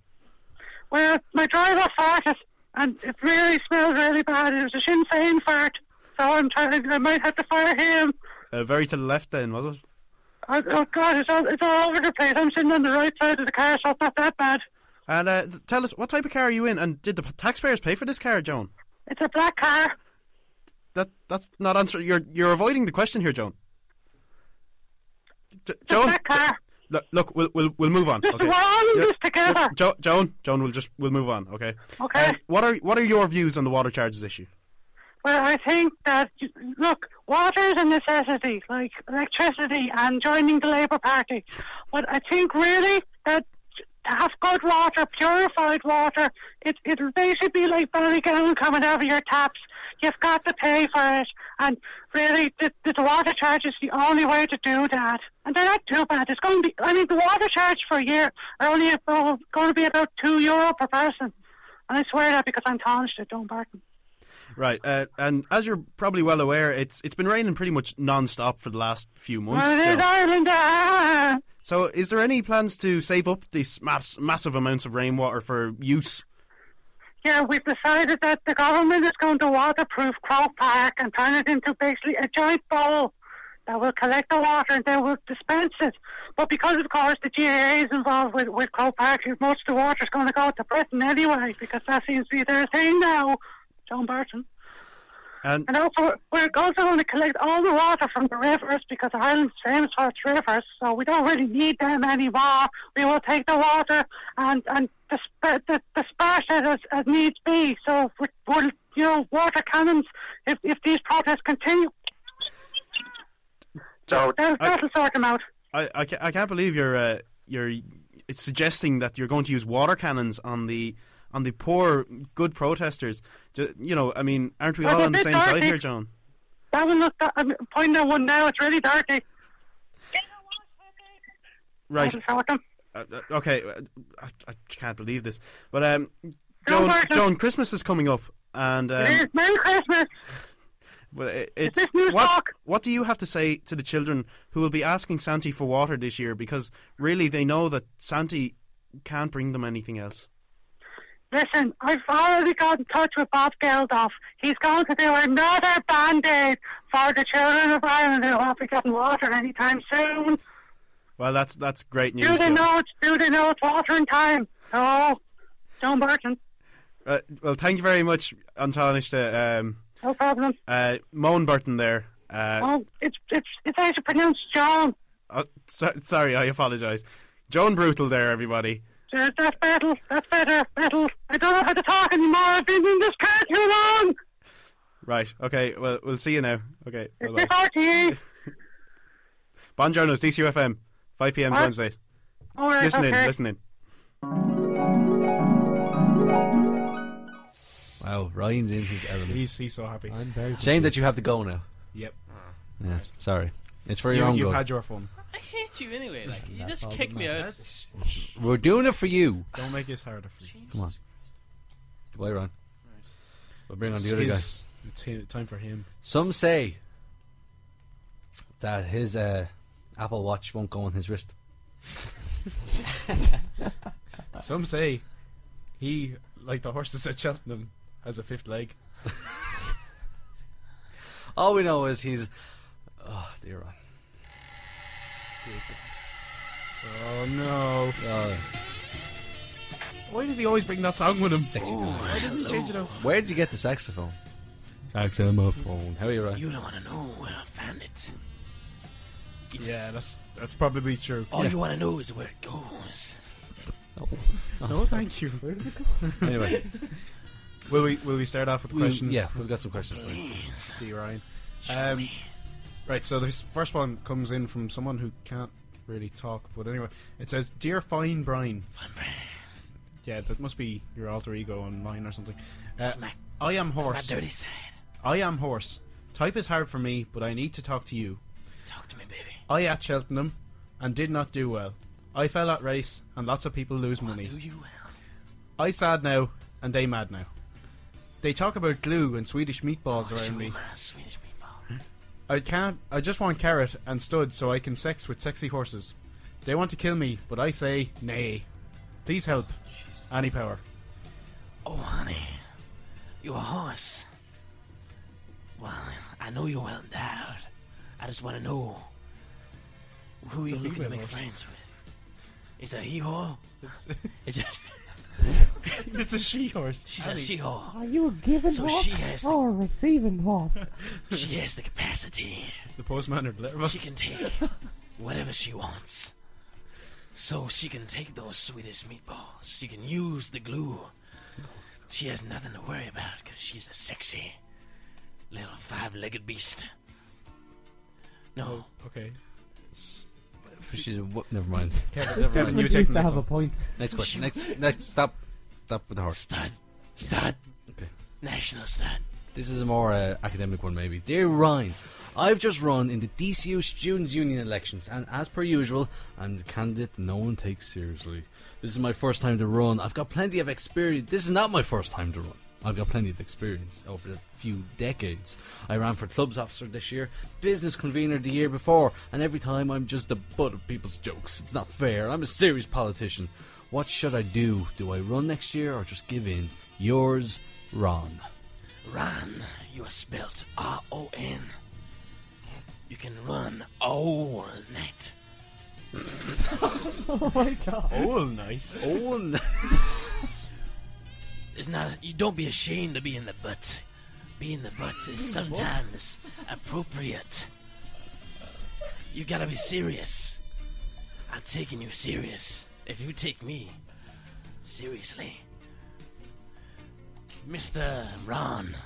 Well, my driver farted, and it really smelled really bad. It was a Sinn Féin fart, so I'm trying. I might have to fire him.
Uh, very to the left, then was it?
Oh, oh God, it's all, it's all over the place. I'm sitting on the right side of the car, so it's not that bad.
And uh, th- tell us what type of car are you in, and did the p- taxpayers pay for this car, Joan?
It's a black car.
That that's not answer. You're you're avoiding the question here, Joan. J- Joan, look, look, we'll we'll we'll move on.
Just
okay.
we're all in
Yeah,
this together.
Jo- Joan, Joan, we'll just we'll move on. Okay.
Okay.
Um, what are what are your views on the water charges issue?
Well, I think that look, water is a necessity, like electricity and joining the Labour Party. But I think really that to have good water, purified water, it it'll basically be like Ballygown coming out of your taps. You've got to pay for it, and really, the, the water charge is the only way to do that. And they're not too bad. It's going to be. I mean, the water charge for a year are only about, going to be about two euro per person. And I swear that because I'm tarnished at Don Barton.
Right, uh, and as you're probably well aware, it's it's been raining pretty much non-stop for the last few months.
Well, it is
Joan.
Ireland, ah.
So, is there any plans to save up these mass, massive amounts of rainwater for use?
Yeah, we've decided that the government is going to waterproof Crow Park and turn it into basically a giant bowl that will collect the water and then will dispense it. But because, of course, the GAA is involved with, with Crow Park, most of the water is going to go to Britain anyway, because that seems to be their thing now, John Burton.
And,
also, we're also going to collect all the water from the rivers because Ireland's famous for its rivers, so we don't really need them anymore. We will take the water and and disp- dis- disperse it as, as needs be. So we- we'll, you know, water cannons if, if these protests continue.
So
that'll, that'll sort them out.
I I, ca- I can't believe you're uh, you're it's suggesting that you're going to use water cannons on the on the poor good protesters. Ju- You know, I mean, aren't we
Well,
all
they're
on the
a
same
bit
side
dirty.
here, John?
That one look, that, I'm pointing at one now. It's really dirty.
Right.
That'll sort them.
Uh, uh, okay, uh, I, I can't believe this. But um,
Don't
Joan,
worry, John.
Joan, Christmas is coming up, and um,
It is. Merry Christmas.
Well, i- it's,
this news
what, what do you have to say to the children who will be asking Santi for water this year? Because really, they know that Santi can't bring them anything else.
Listen, I've already got in touch with Bob Geldof. He's going to do another band aid for the children of Ireland who won't be getting water anytime soon.
Well, that's that's great news.
Do they
Joan.
know it's do they know it's watering time? No. John Burton.
Uh, well, thank you very much, Antonished. Uh, um,
No problem.
uh, Moan Burton there. Uh,
oh, it's it's it's actually pronounced John.
uh, so- sorry, I apologise. Joan Brutal there, everybody.
Uh, That's better. That's better. Better. I don't know how to talk anymore. I've been in this car too long.
Right, okay, well, we'll see you now. Okay,
It's
bye-bye.
RTE.
Bonjournos, DCUFM, 5pm
What?
Wednesday.
All right,
Listening,
okay.
listening.
Wow, Ryan's in his element.
He's, he's so happy. I'm very
Shame that you have to go now.
Yep.
Yeah, sorry. It's for
You-
your own
You've
good.
had your fun.
I hate you anyway. Like you
That's
just
all
kick
that
me out.
We're doing it for you.
Don't make this harder for you.
Come on. Goodbye, Ron. We'll bring on
It's
the other guy.
his- It's hi- time for him.
Some say that his uh, Apple Watch won't go on his wrist.
Some say he, like the horses at Cheltenham, has a fifth leg.
All we know is he's. Oh, dear Ron.
Oh no.
Uh,
Why does he always bring that song with him? Why doesn't he change it up?
Where did you get the saxophone? Saxophone. How are you, Ryan?
You
don't want
I
know where I found it.
Yeah, that's that's probably true.
All you want to know is where it goes.
No, Oh, thank you.
Anyway.
will we will we start off with
We-
questions?
yeah, we've got some questions for you.
Please. See, Ryan. Um, right, so this first one comes in from someone who can't really talk, but anyway, it says, "Dear Fine Brian."
Yeah, that must be your alter ego online or something. Uh,
That's my-
I am
that's my
horse.
dirty side.
I am horse. Type is hard for me, but I need to talk to you.
Talk to me, baby.
I at Cheltenham and did not do well. I fell at race and lots of people lose money.
Do you?
I sad now and they mad now. They talk about glue and Swedish meatballs around me.
Swedish
I can't. I just want carrot and stud so I can sex with sexy horses. They want to kill me, but I say nay. Please help. Annie Power.
Oh, honey, you a horse? Well, I know you're well endowed. I just want to know who
It's
you're
a
looking to
female
make
horse.
friends with. Is it a he whore? Is it?
it's a she horse.
She's a she whore.
Are you a giving
So
horse
she has the-
or a receiving horse?
She has the capacity.
The postman or blitterbuss.
She can take whatever she wants. So she can take those Swedish meatballs. She can use the glue. She has nothing to worry about because she's a sexy little five-legged beast. No.
Oh, Okay.
Oh, She's a wo- never mind.
Kevin, never Kevin, mind. you take the next one.
Next question. Next, next. Stop. Stop with the horse.
Stud. Stud.
Okay.
National stud.
This is a more uh, academic one, maybe. Dear Ryan, I've just run in the DCU Students' Union elections, and as per usual, I'm the candidate no one takes seriously. This is my first time to run. I've got plenty of experience. This is not my first time to run. I've got plenty of experience over the few decades. I ran for clubs officer this year, business convener the year before, and every time I'm just the butt of people's jokes. It's not fair. I'm a serious politician. What should I do? Do I run next year or just give in? Yours, Ron.
Run. You are spelled R-O-N. You can run all night.
oh my god.
All nice.
All night.
It's not. You don't be ashamed to be in the butt. Being the butt is sometimes appropriate. You gotta be serious. I'm taking you serious. If you take me seriously, Mister Ron,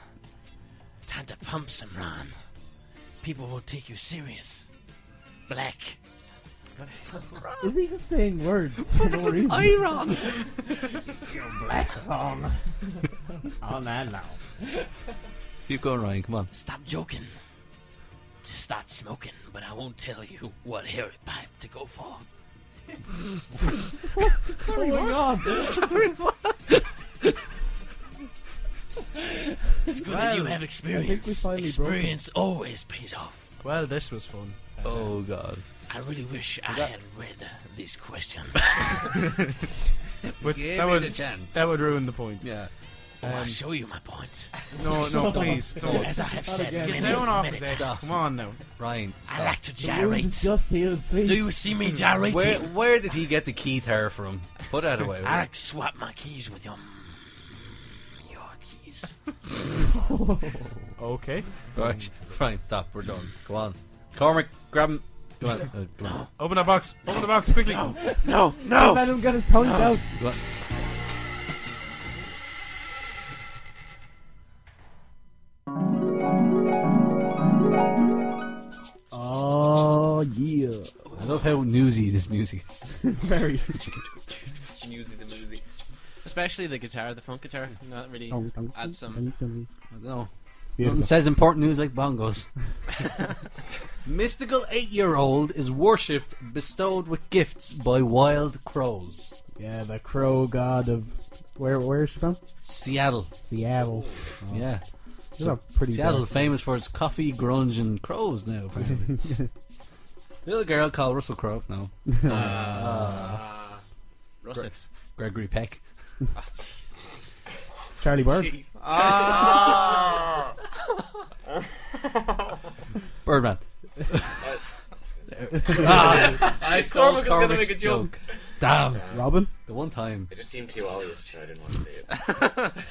time to pump some Ron. People will take you serious. Black.
Is he just saying words? For no reason?
You're
black Ron.
On that
Keep going, Ryan. Come on.
Stop joking. To start smoking, but I won't tell you what hairy pipe to go for.
Sorry, oh my god.
Sorry, what? It's good that you
Well,
have
I think we
experience.
finally broke it.
Experience always pays off.
Well, this was fun.
oh God.
I really wish I had read these questions.
But
Give
that
me
would
the chance.
that would ruin the point.
Yeah.
Oh,
Um,
I'll show you my point.
No, no, please don't.
As I have
Not
said
again.
many,
Get down off
many
the desk.
times.
Come on now.
Ryan,
I like to
stop.
gyrate. Do you see me gyrating?
Where, where did he get the guitar from? Put that away. will
I
you?
swap my keys with your your keys.
Okay.
Right, Ryan, stop. We're done. Go on, Cormac, grab him. Come on, uh, come on.
Open the box. Open the box quickly.
No,
no, no.
Let him get his point
No.
Oh,
out.
Go on.
Oh yeah.
I love how newsy this music is.
Very.
Newsy the movie. Especially the guitar, the funk guitar. Not really add some.
I don't know.
Beautiful.
Nothing says important news like bongos. Mystical eight-year-old is worshipped, bestowed with gifts by wild crows.
Yeah, the crow god of where? Where is she from?
Seattle.
Seattle. Oh.
Yeah.
These are pretty
Seattle
dark.
famous for its coffee, grunge, and crows now. Apparently, little girl called Russell Crowe. No, Uh,
Uh,
uh,
Ah.
Russet.
Gregory Peck.
Charlie Bird.
Ah.
Birdman.
Ah,
I
Cormac
stole Cormac's
was gonna make a joke.
joke. Damn,
Robin.
The one time.
It just seemed too obvious, so I didn't want to say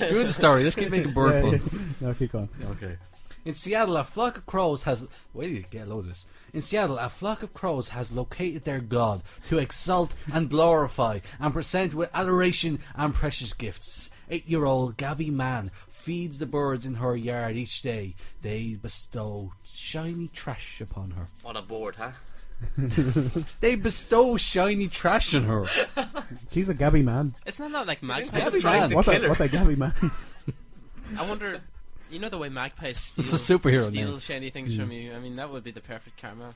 it.
Screw the story. Let's keep making bird
Yeah, yeah.
puns.
No, keep going.
Okay. In Seattle, a flock of crows has. Where do you get a load of this? In Seattle, a flock of crows has located their god to exalt and glorify and present with adoration and precious gifts. Eight year old Gabby Mann feeds the birds in her yard each day. They bestow shiny trash upon her.
On a board, huh?
They bestow shiny trash on her.
She's a Gabby man.
Isn't that not like magpies?
What's a, what's a Gabby man?
I wonder. You know the way magpies steal,
It's a superhero
steal
name.
shiny things
Mm.
from you. I mean, that would be the perfect karma.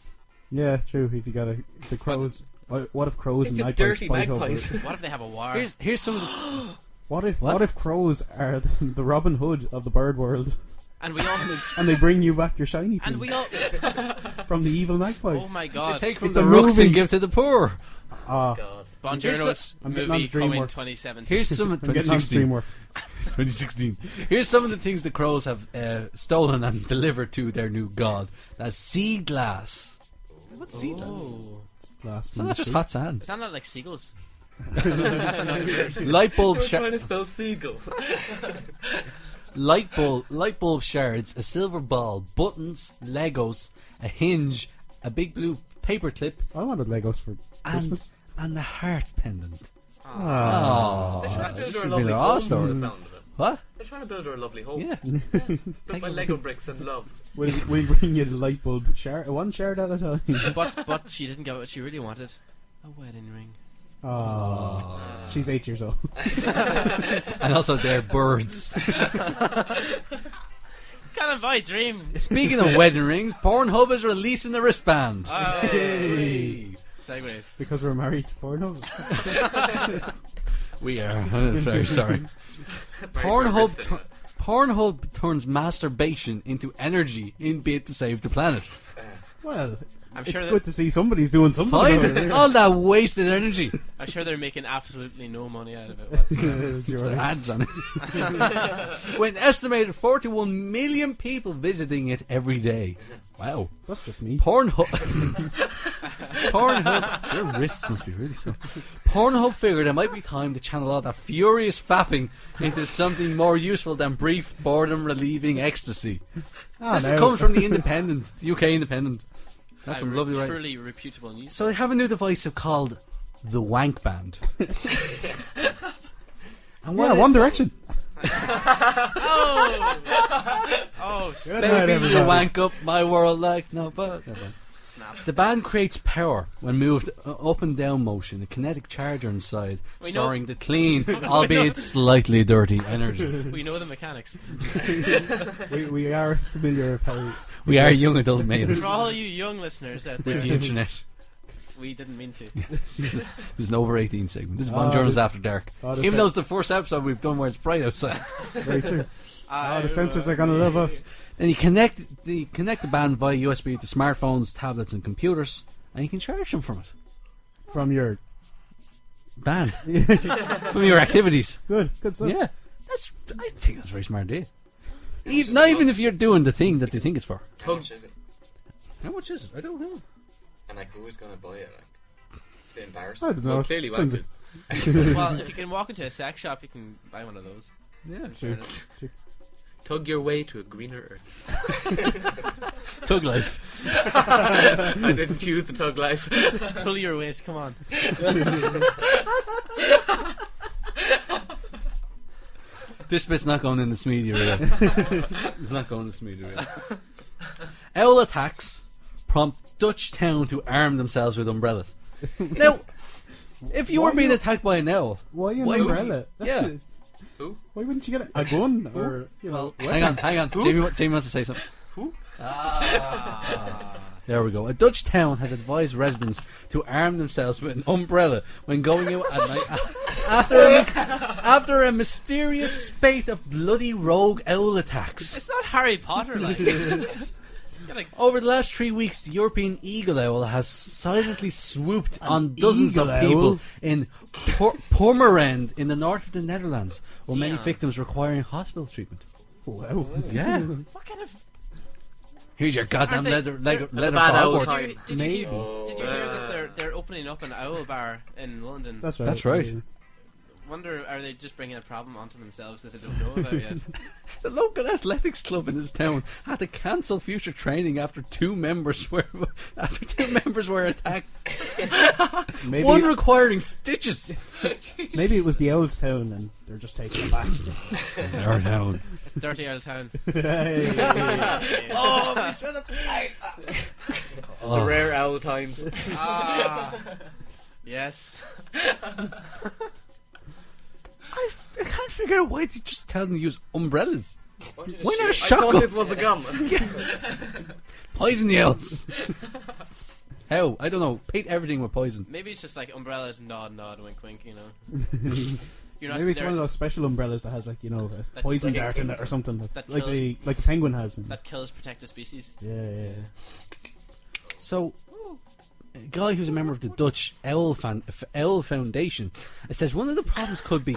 yeah, true. If you got a, the crows. What, what if crows
It's
and
just
magpies
dirty
fight
magpies.
over it?
What if they have a wire?
Here's, here's some of the.
What if what? if crows are the, the Robin Hood of the bird world?
And we all
and they bring you back your shiny
And
things
we all.
from the evil magpies.
Oh my god! Oh
They take from
It's
the
a
rooks
movie.
and give to the poor.
Ah.
Bon
Here's
Journo's
some-
movie coming 2017.
Here's some of
I'm getting on
2016.
DreamWorks.
2016. Here's some of the things the crows have uh, stolen and delivered to their new god. That's sea glass.
What's
Glass
So that's just hot sand.
Is that not like seagulls? That's another, that's another bird.
Light bulb
They were
sha-
trying to spell seagull.
light bulb, light bulb shards, a silver ball, buttons, Legos, a hinge, a big blue paper clip,
I wanted Legos for
and
Christmas. Ah.
and a heart pendant.
Aw.
Aw.
They're trying to
That's
build her a
just
lovely
been
home,
awesome.
from the sound
of it.
What?
They're trying to build her a lovely home.
Yeah.
Built by Lego bricks and love.
We'll, we'll bring you the light bulb shard, one shard at a time.
but but she didn't get what she really wanted. A wedding ring.
Oh, she's eight years old.
And also they're birds.
kind of my dream.
Uh, Speaking of wedding rings, Pornhub is releasing the wristband.
Oh.
Hey.
Segways.
Because we're married to porno.
We are. I'm very sorry. Pornhub, tu- Pornhub turns masturbation into energy in bid to save the planet.
Well,
I'm
it's
sure that-
good to see somebody's doing something.
Find
about it.
it. all that wasted energy.
I'm sure they're making absolutely no money out of it whatsoever.
It's their ads on it. With an estimated 41 million people visiting it every day. Wow,
that's just me.
Pornhub. Pornhub. Your wrists must be really sore. Pornhub figured it might be time to channel all that furious fapping into something more useful than brief boredom relieving ecstasy.
Ah,
this
no.
comes from the Independent, UK Independent. That's
a
some lovely right.
truly reputable news.
So they have a new device called the Wank Band. and
yeah,
is-
One Direction.
oh, oh,
Good
snap.
Baby, you
everybody.
wank up my world like no but. never mind.
Snap.
The band creates power when moved uh, up and down motion, a kinetic charger inside,
We know-
storing the clean,
We know-
albeit slightly dirty energy.
We know the mechanics.
we, we are familiar with how.
We are young adult males.
For all you young listeners out there,
With the internet.
we didn't mean to.
There's an over 18 segment. This is Bon
Oh,
Journals
the-
After Dark.
oh, the
Even
se-
though it's the first episode we've done where it's bright outside.
Very true. Ah, the censors are gonna love us.
Then you connect the connect the band via USB to smartphones, tablets, and computers, and you can charge them from it.
From your
Band from your activities.
Good, good stuff.
Yeah, that's. I think that's a very smart idea. E- not even if you're doing the thing that they think it's for.
How much is it?
How much is it? I don't know.
And like, who's gonna buy it? Like, it's a bit embarrassing.
I don't know.
Well,
it
clearly,
sounds-
wanted.
well, if you can walk into a sex shop, you can buy one of those.
Yeah,
In
True,
fairness.
true.
Tug your way to a greener earth.
Tug life.
I didn't choose the tug life.
Pull your waist, come on.
This bit's not going in this media reel. it's not going in this media reel. Owl attacks prompt Dutch town to arm themselves with umbrellas. Now, if you
Why
were being
you-
attacked by an owl,
Why an
would you-
umbrella?
yeah.
Who?
Why wouldn't you get a gun or you know?
Well, hang on, hang on.
Who?
Jamie, wa- Jamie wants to say something. There we go. A Dutch town has advised residents to arm themselves with an umbrella when going out at night a- after a, mis- after a mysterious spate of bloody rogue owl attacks.
It's not Harry Potter like. Just get a-
Over the last three weeks, the European eagle owl has silently swooped on dozens of
eagle
people
owl?
in Por- Purmerend in the north of the Netherlands, with many
Damn.
victims requiring hospital treatment.
Wow.
Yeah.
what kind of
Here's your
Are
goddamn
they-
leather, leather,
they're-
leather
bad owl
floorboards.
type.
Did you, did you
Maybe.
hear, did you hear
Uh,
that they're, they're opening up an owl bar in London?
That's right.
That's right.
Wonder are they just bringing a problem onto themselves that they don't know about yet?
The local athletics club in this town had to cancel future training after two members were after two members were attacked.
Maybe
One requiring stitches.
maybe it was the old town and they're just taking it back.
Our town.
it's dirty old town.
Hey.
oh, we should have played.
The rare owl times.
Ah. yes.
I, I can't figure out why they just tell them to use umbrellas.
Why did it
Why
shoot? I
not shotgun?
thought it was a gun.
poison the elves. How? I don't know. Paint everything with poison.
Maybe it's just like umbrellas, nod, nod, wink, wink. You know. You're not
Maybe it's
there-
one of those special umbrellas that has like you know a
That-
poison
like-
dart in it or something, like,
that
like
kills-
the like the penguin has. In it.
that kills protected species.
Yeah, yeah, yeah.
So, a guy who's a member of the Dutch Owl, fan, F- Owl Foundation it says one of the problems could be.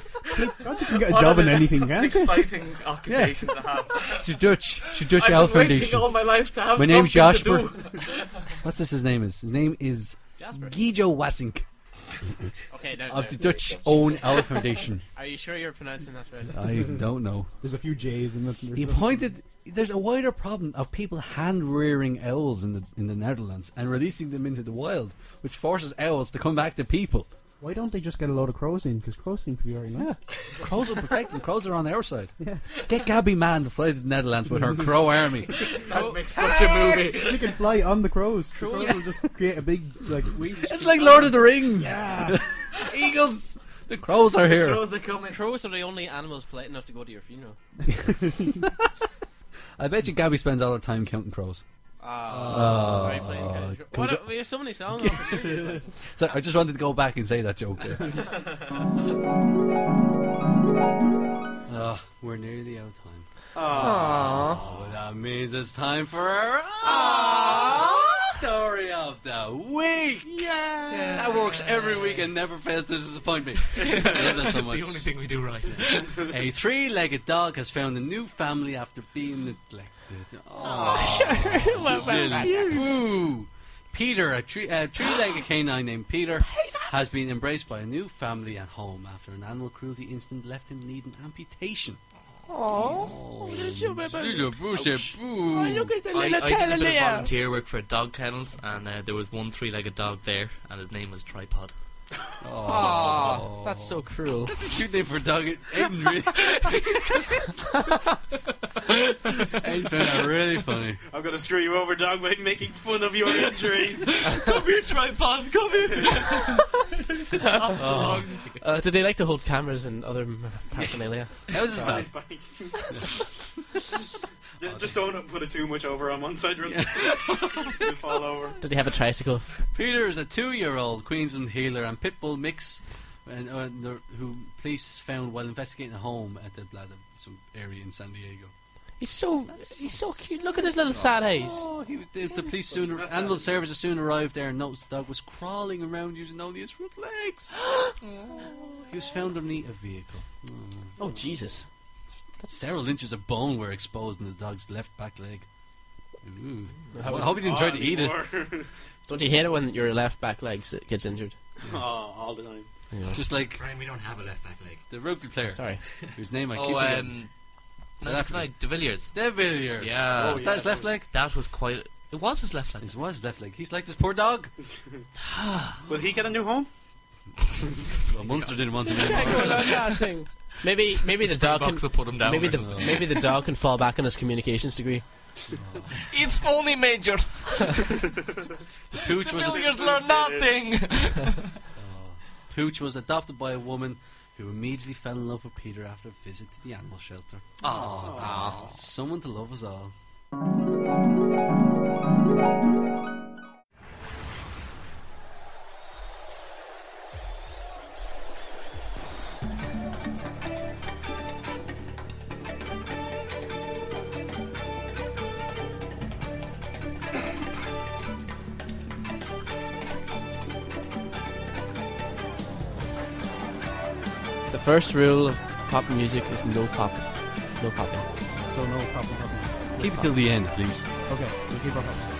God,
you can get a What job in an anything, can't you?
exciting occupation to have.
It's a Dutch, it's a Dutch
I've been
Owl
waiting
Foundation.
all my life to have
My name's
something to
Jasper.
do.
What's this? His name is. His name is
Jasper.
Guido Wassink.
Okay, that's
of
it.
the Dutch Own Owl Foundation.
Are you sure you're pronouncing that right?
I don't know.
There's a few J's in the.
He pointed. There's a wider problem of people hand rearing owls in the in the Netherlands and releasing them into the wild, which forces owls to come back to people.
Why don't they just get a load of crows in? Because crows seem to be very nice.
Crows will protect them. Crows are on our side. Get Gabby Mann to fly to the Netherlands with her crow army.
that makes
such a movie. She can fly on the crows. The crows will just create a big like.
It's like Lord of the Rings. Eagles. The crows are here.
are coming. Crows are the only animals polite enough to go to your funeral.
I bet you Gabby spends all her time counting crows.
Ah, very plain
Oh,
kind of-
can we
What
go-
a- we have so many songs. opportunities, like-
Sorry, I just wanted to go back and say that joke. There. Ah, we're nearly out of time. Oh, that means it's time for our
아!
story of the week.
Yeah.
That works every week and never fails to disappoint me. Love that so much.
The only thing we do right.
A three-legged dog has found a new family after being neglected. Oh,
Sure. Well, well, well.
Ooh. Peter, a tree, uh, three-legged canine named Peter, has been embraced by a new family and home after an animal cruelty incident left him needing amputation.
Oh, little
Little Bruce, boo.
Oh,
I, I
tail
did a bit
there.
of volunteer work for dog kennels, and uh, there was one three-legged dog there, and his name was Tripod.
Aw, that's so cruel.
That's a cute name for a dog. It ain't really, ain't that really funny.
I'm gonna screw you over, dog, by making fun of your injuries.
come here, Tripod. Come here.
Oh. Uh, do they like to hold cameras and other m- paraphernalia?
How's this
Nice bike. Yeah, Just don't put it too much over on one side, really. You'll fall over.
Did they have a tricycle?
Peter is a two-year-old Queensland healer and pit bull mix, and, uh, the- who police found while investigating a home at the Blada, some area in San Diego.
He's so he's so cute. Look at his little sad eyes.
Oh, he was, the, the police soon, animal services soon arrived there and noticed the dog was crawling around using only its front legs. he was found underneath a vehicle.
Oh Jesus!
Several inches of bone were exposed in the dog's left back leg. Ooh. I hope he didn't try to eat it.
Oh, Don't you hate it when your left back leg s- gets injured?
Oh, all the time.
Yeah.
Just like
Brian, we don't have a left back leg.
the rugby player.
Sorry.
whose name I keep
oh,
forgetting.
um,
South
no,
Africa.
no, De Villiers.
De Villiers.
Yeah.
Oh, Was that yeah, his left that was- leg?
That was quite. It was his left leg.
It was his left leg. He's like this poor dog.
Will he get a new home?
Well, Munster didn't want to be
Maybe maybe the dog can
Springboks will put him down
maybe
or
the
something.
maybe the dog can fall back on his communications degree.
It's phony, Major.
The pooch was
Villiers learned nothing.
Oh. Pooch was adopted by a woman who immediately fell in love with Peter after a visit to the animal shelter.
Aw.
Someone to love us all.
The first rule of pop music is no pop, no popping.
So no problem. problem.
Keep it till the end, at least.
Okay, we'll keep our hopes.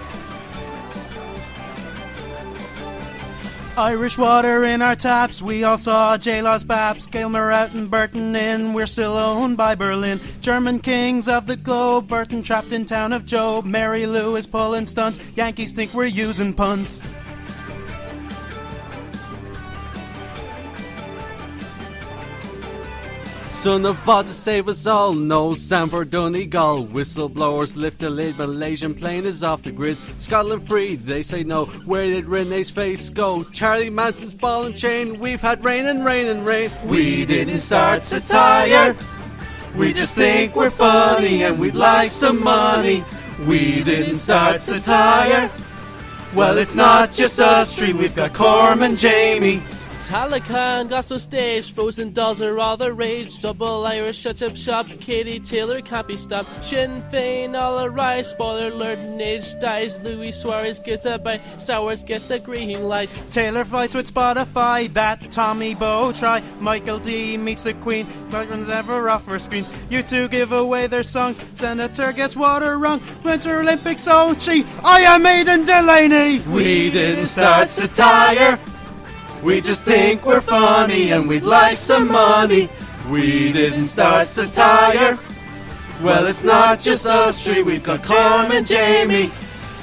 Irish water in our taps. We all saw J. Law's Baps, Gilmer out in Burton Inn. We're still owned by Berlin. German kings of the globe. Burton trapped in town of Job. Mary Lou is pulling stunts. Yankees think we're using punts.
Son of Bod to save us all. No Sam for Donegal. Whistleblowers lift the lid. Malaysian plane is off the grid. Scotland free. They say no. Where did Renee's face go? Charlie Manson's ball and chain. We've had rain and rain and rain.
We didn't start satire. We just think we're funny and we'd like some money. We didn't start satire. Well, it's not just us three. We've got Corman, Jamie.
Talakan, Gosto Stage, Frozen Dolls are all the rage. Double Irish, Shut Up Shop, Katie Taylor can't be stopped. Sinn Fein, all arise, spoiler alert, Nage dies. Luis Suarez gets a bite, Sowers gets the green light.
Taylor fights with Spotify, that Tommy Bow try. Michael D meets the Queen, Migrants ever off her screens. You two give away their songs, Senator gets water wrong. Winter Olympics Sochi, I am Aiden Delaney!
We didn't start satire. We just think we're funny and we'd like some money. We didn't start satire. Well, it's not just us three. We've got Carmen, Jamie.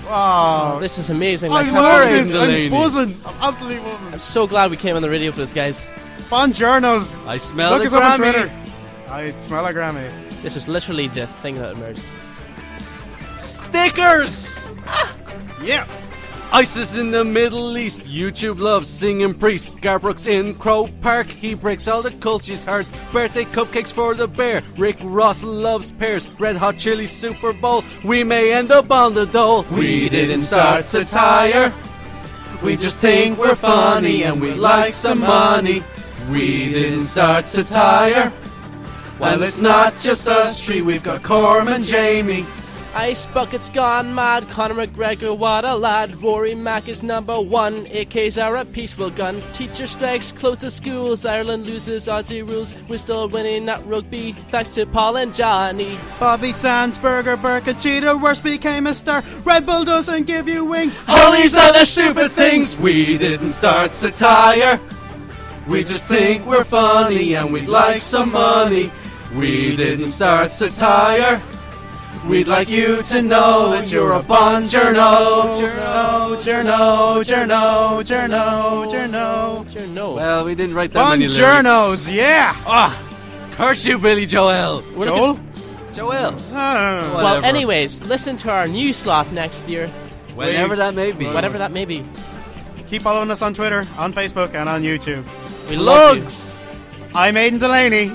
Wow. Oh, This is amazing.
I
can't
love
believe
this.
it.
I'm buzzing. I'm absolutely buzzing.
Ah, I'm so glad we came on the radio for this, guys.
Bonjournos.
I smell
Look
a
us up on
Grammy.
Twitter. I smell a Grammy.
This is literally the thing that emerged.
Stickers!
yeah.
ISIS in the Middle East. YouTube loves singing priests. Garbrooks in Crow Park. He breaks all the culture's hearts. Birthday cupcakes for the bear. Rick Ross loves pears. Red Hot Chili Super Bowl. We may end up on the dole.
We didn't start satire. We just think we're funny and we'd like some money. We didn't start satire. Well, it's not just us three. We've got Corman, Jamie.
Ice Bucket's gone mad, Conor McGregor, what a lad. Rory Mack is number one, AKs are a peaceful gun. Teacher strikes, close the schools, Ireland loses, Aussie rules. We're still winning at rugby, thanks to Paul and Johnny.
Bobby Sandsberger, Burkachita, worse became a star. Red Bull doesn't give you wings.
All these other stupid things. We didn't start satire. We just think we're funny and we'd like some money. We didn't start satire. We'd like you to know that you're a bonjourno. Journo, journo, journo, journo, journo.
Journo.
Well, we didn't write that many lyrics.
Bonjournos, yeah.
Ah, curse you, Billy Joel.
We're Joel? looking-
Joel.
Well,
Ah.
Whatever.
anyways, listen to our new slot next year.
Whenever
that may be. Whatever that may be.
Keep following us on Twitter, on Facebook, and on YouTube.
We love you.
Lugs! I'm Aiden Delaney.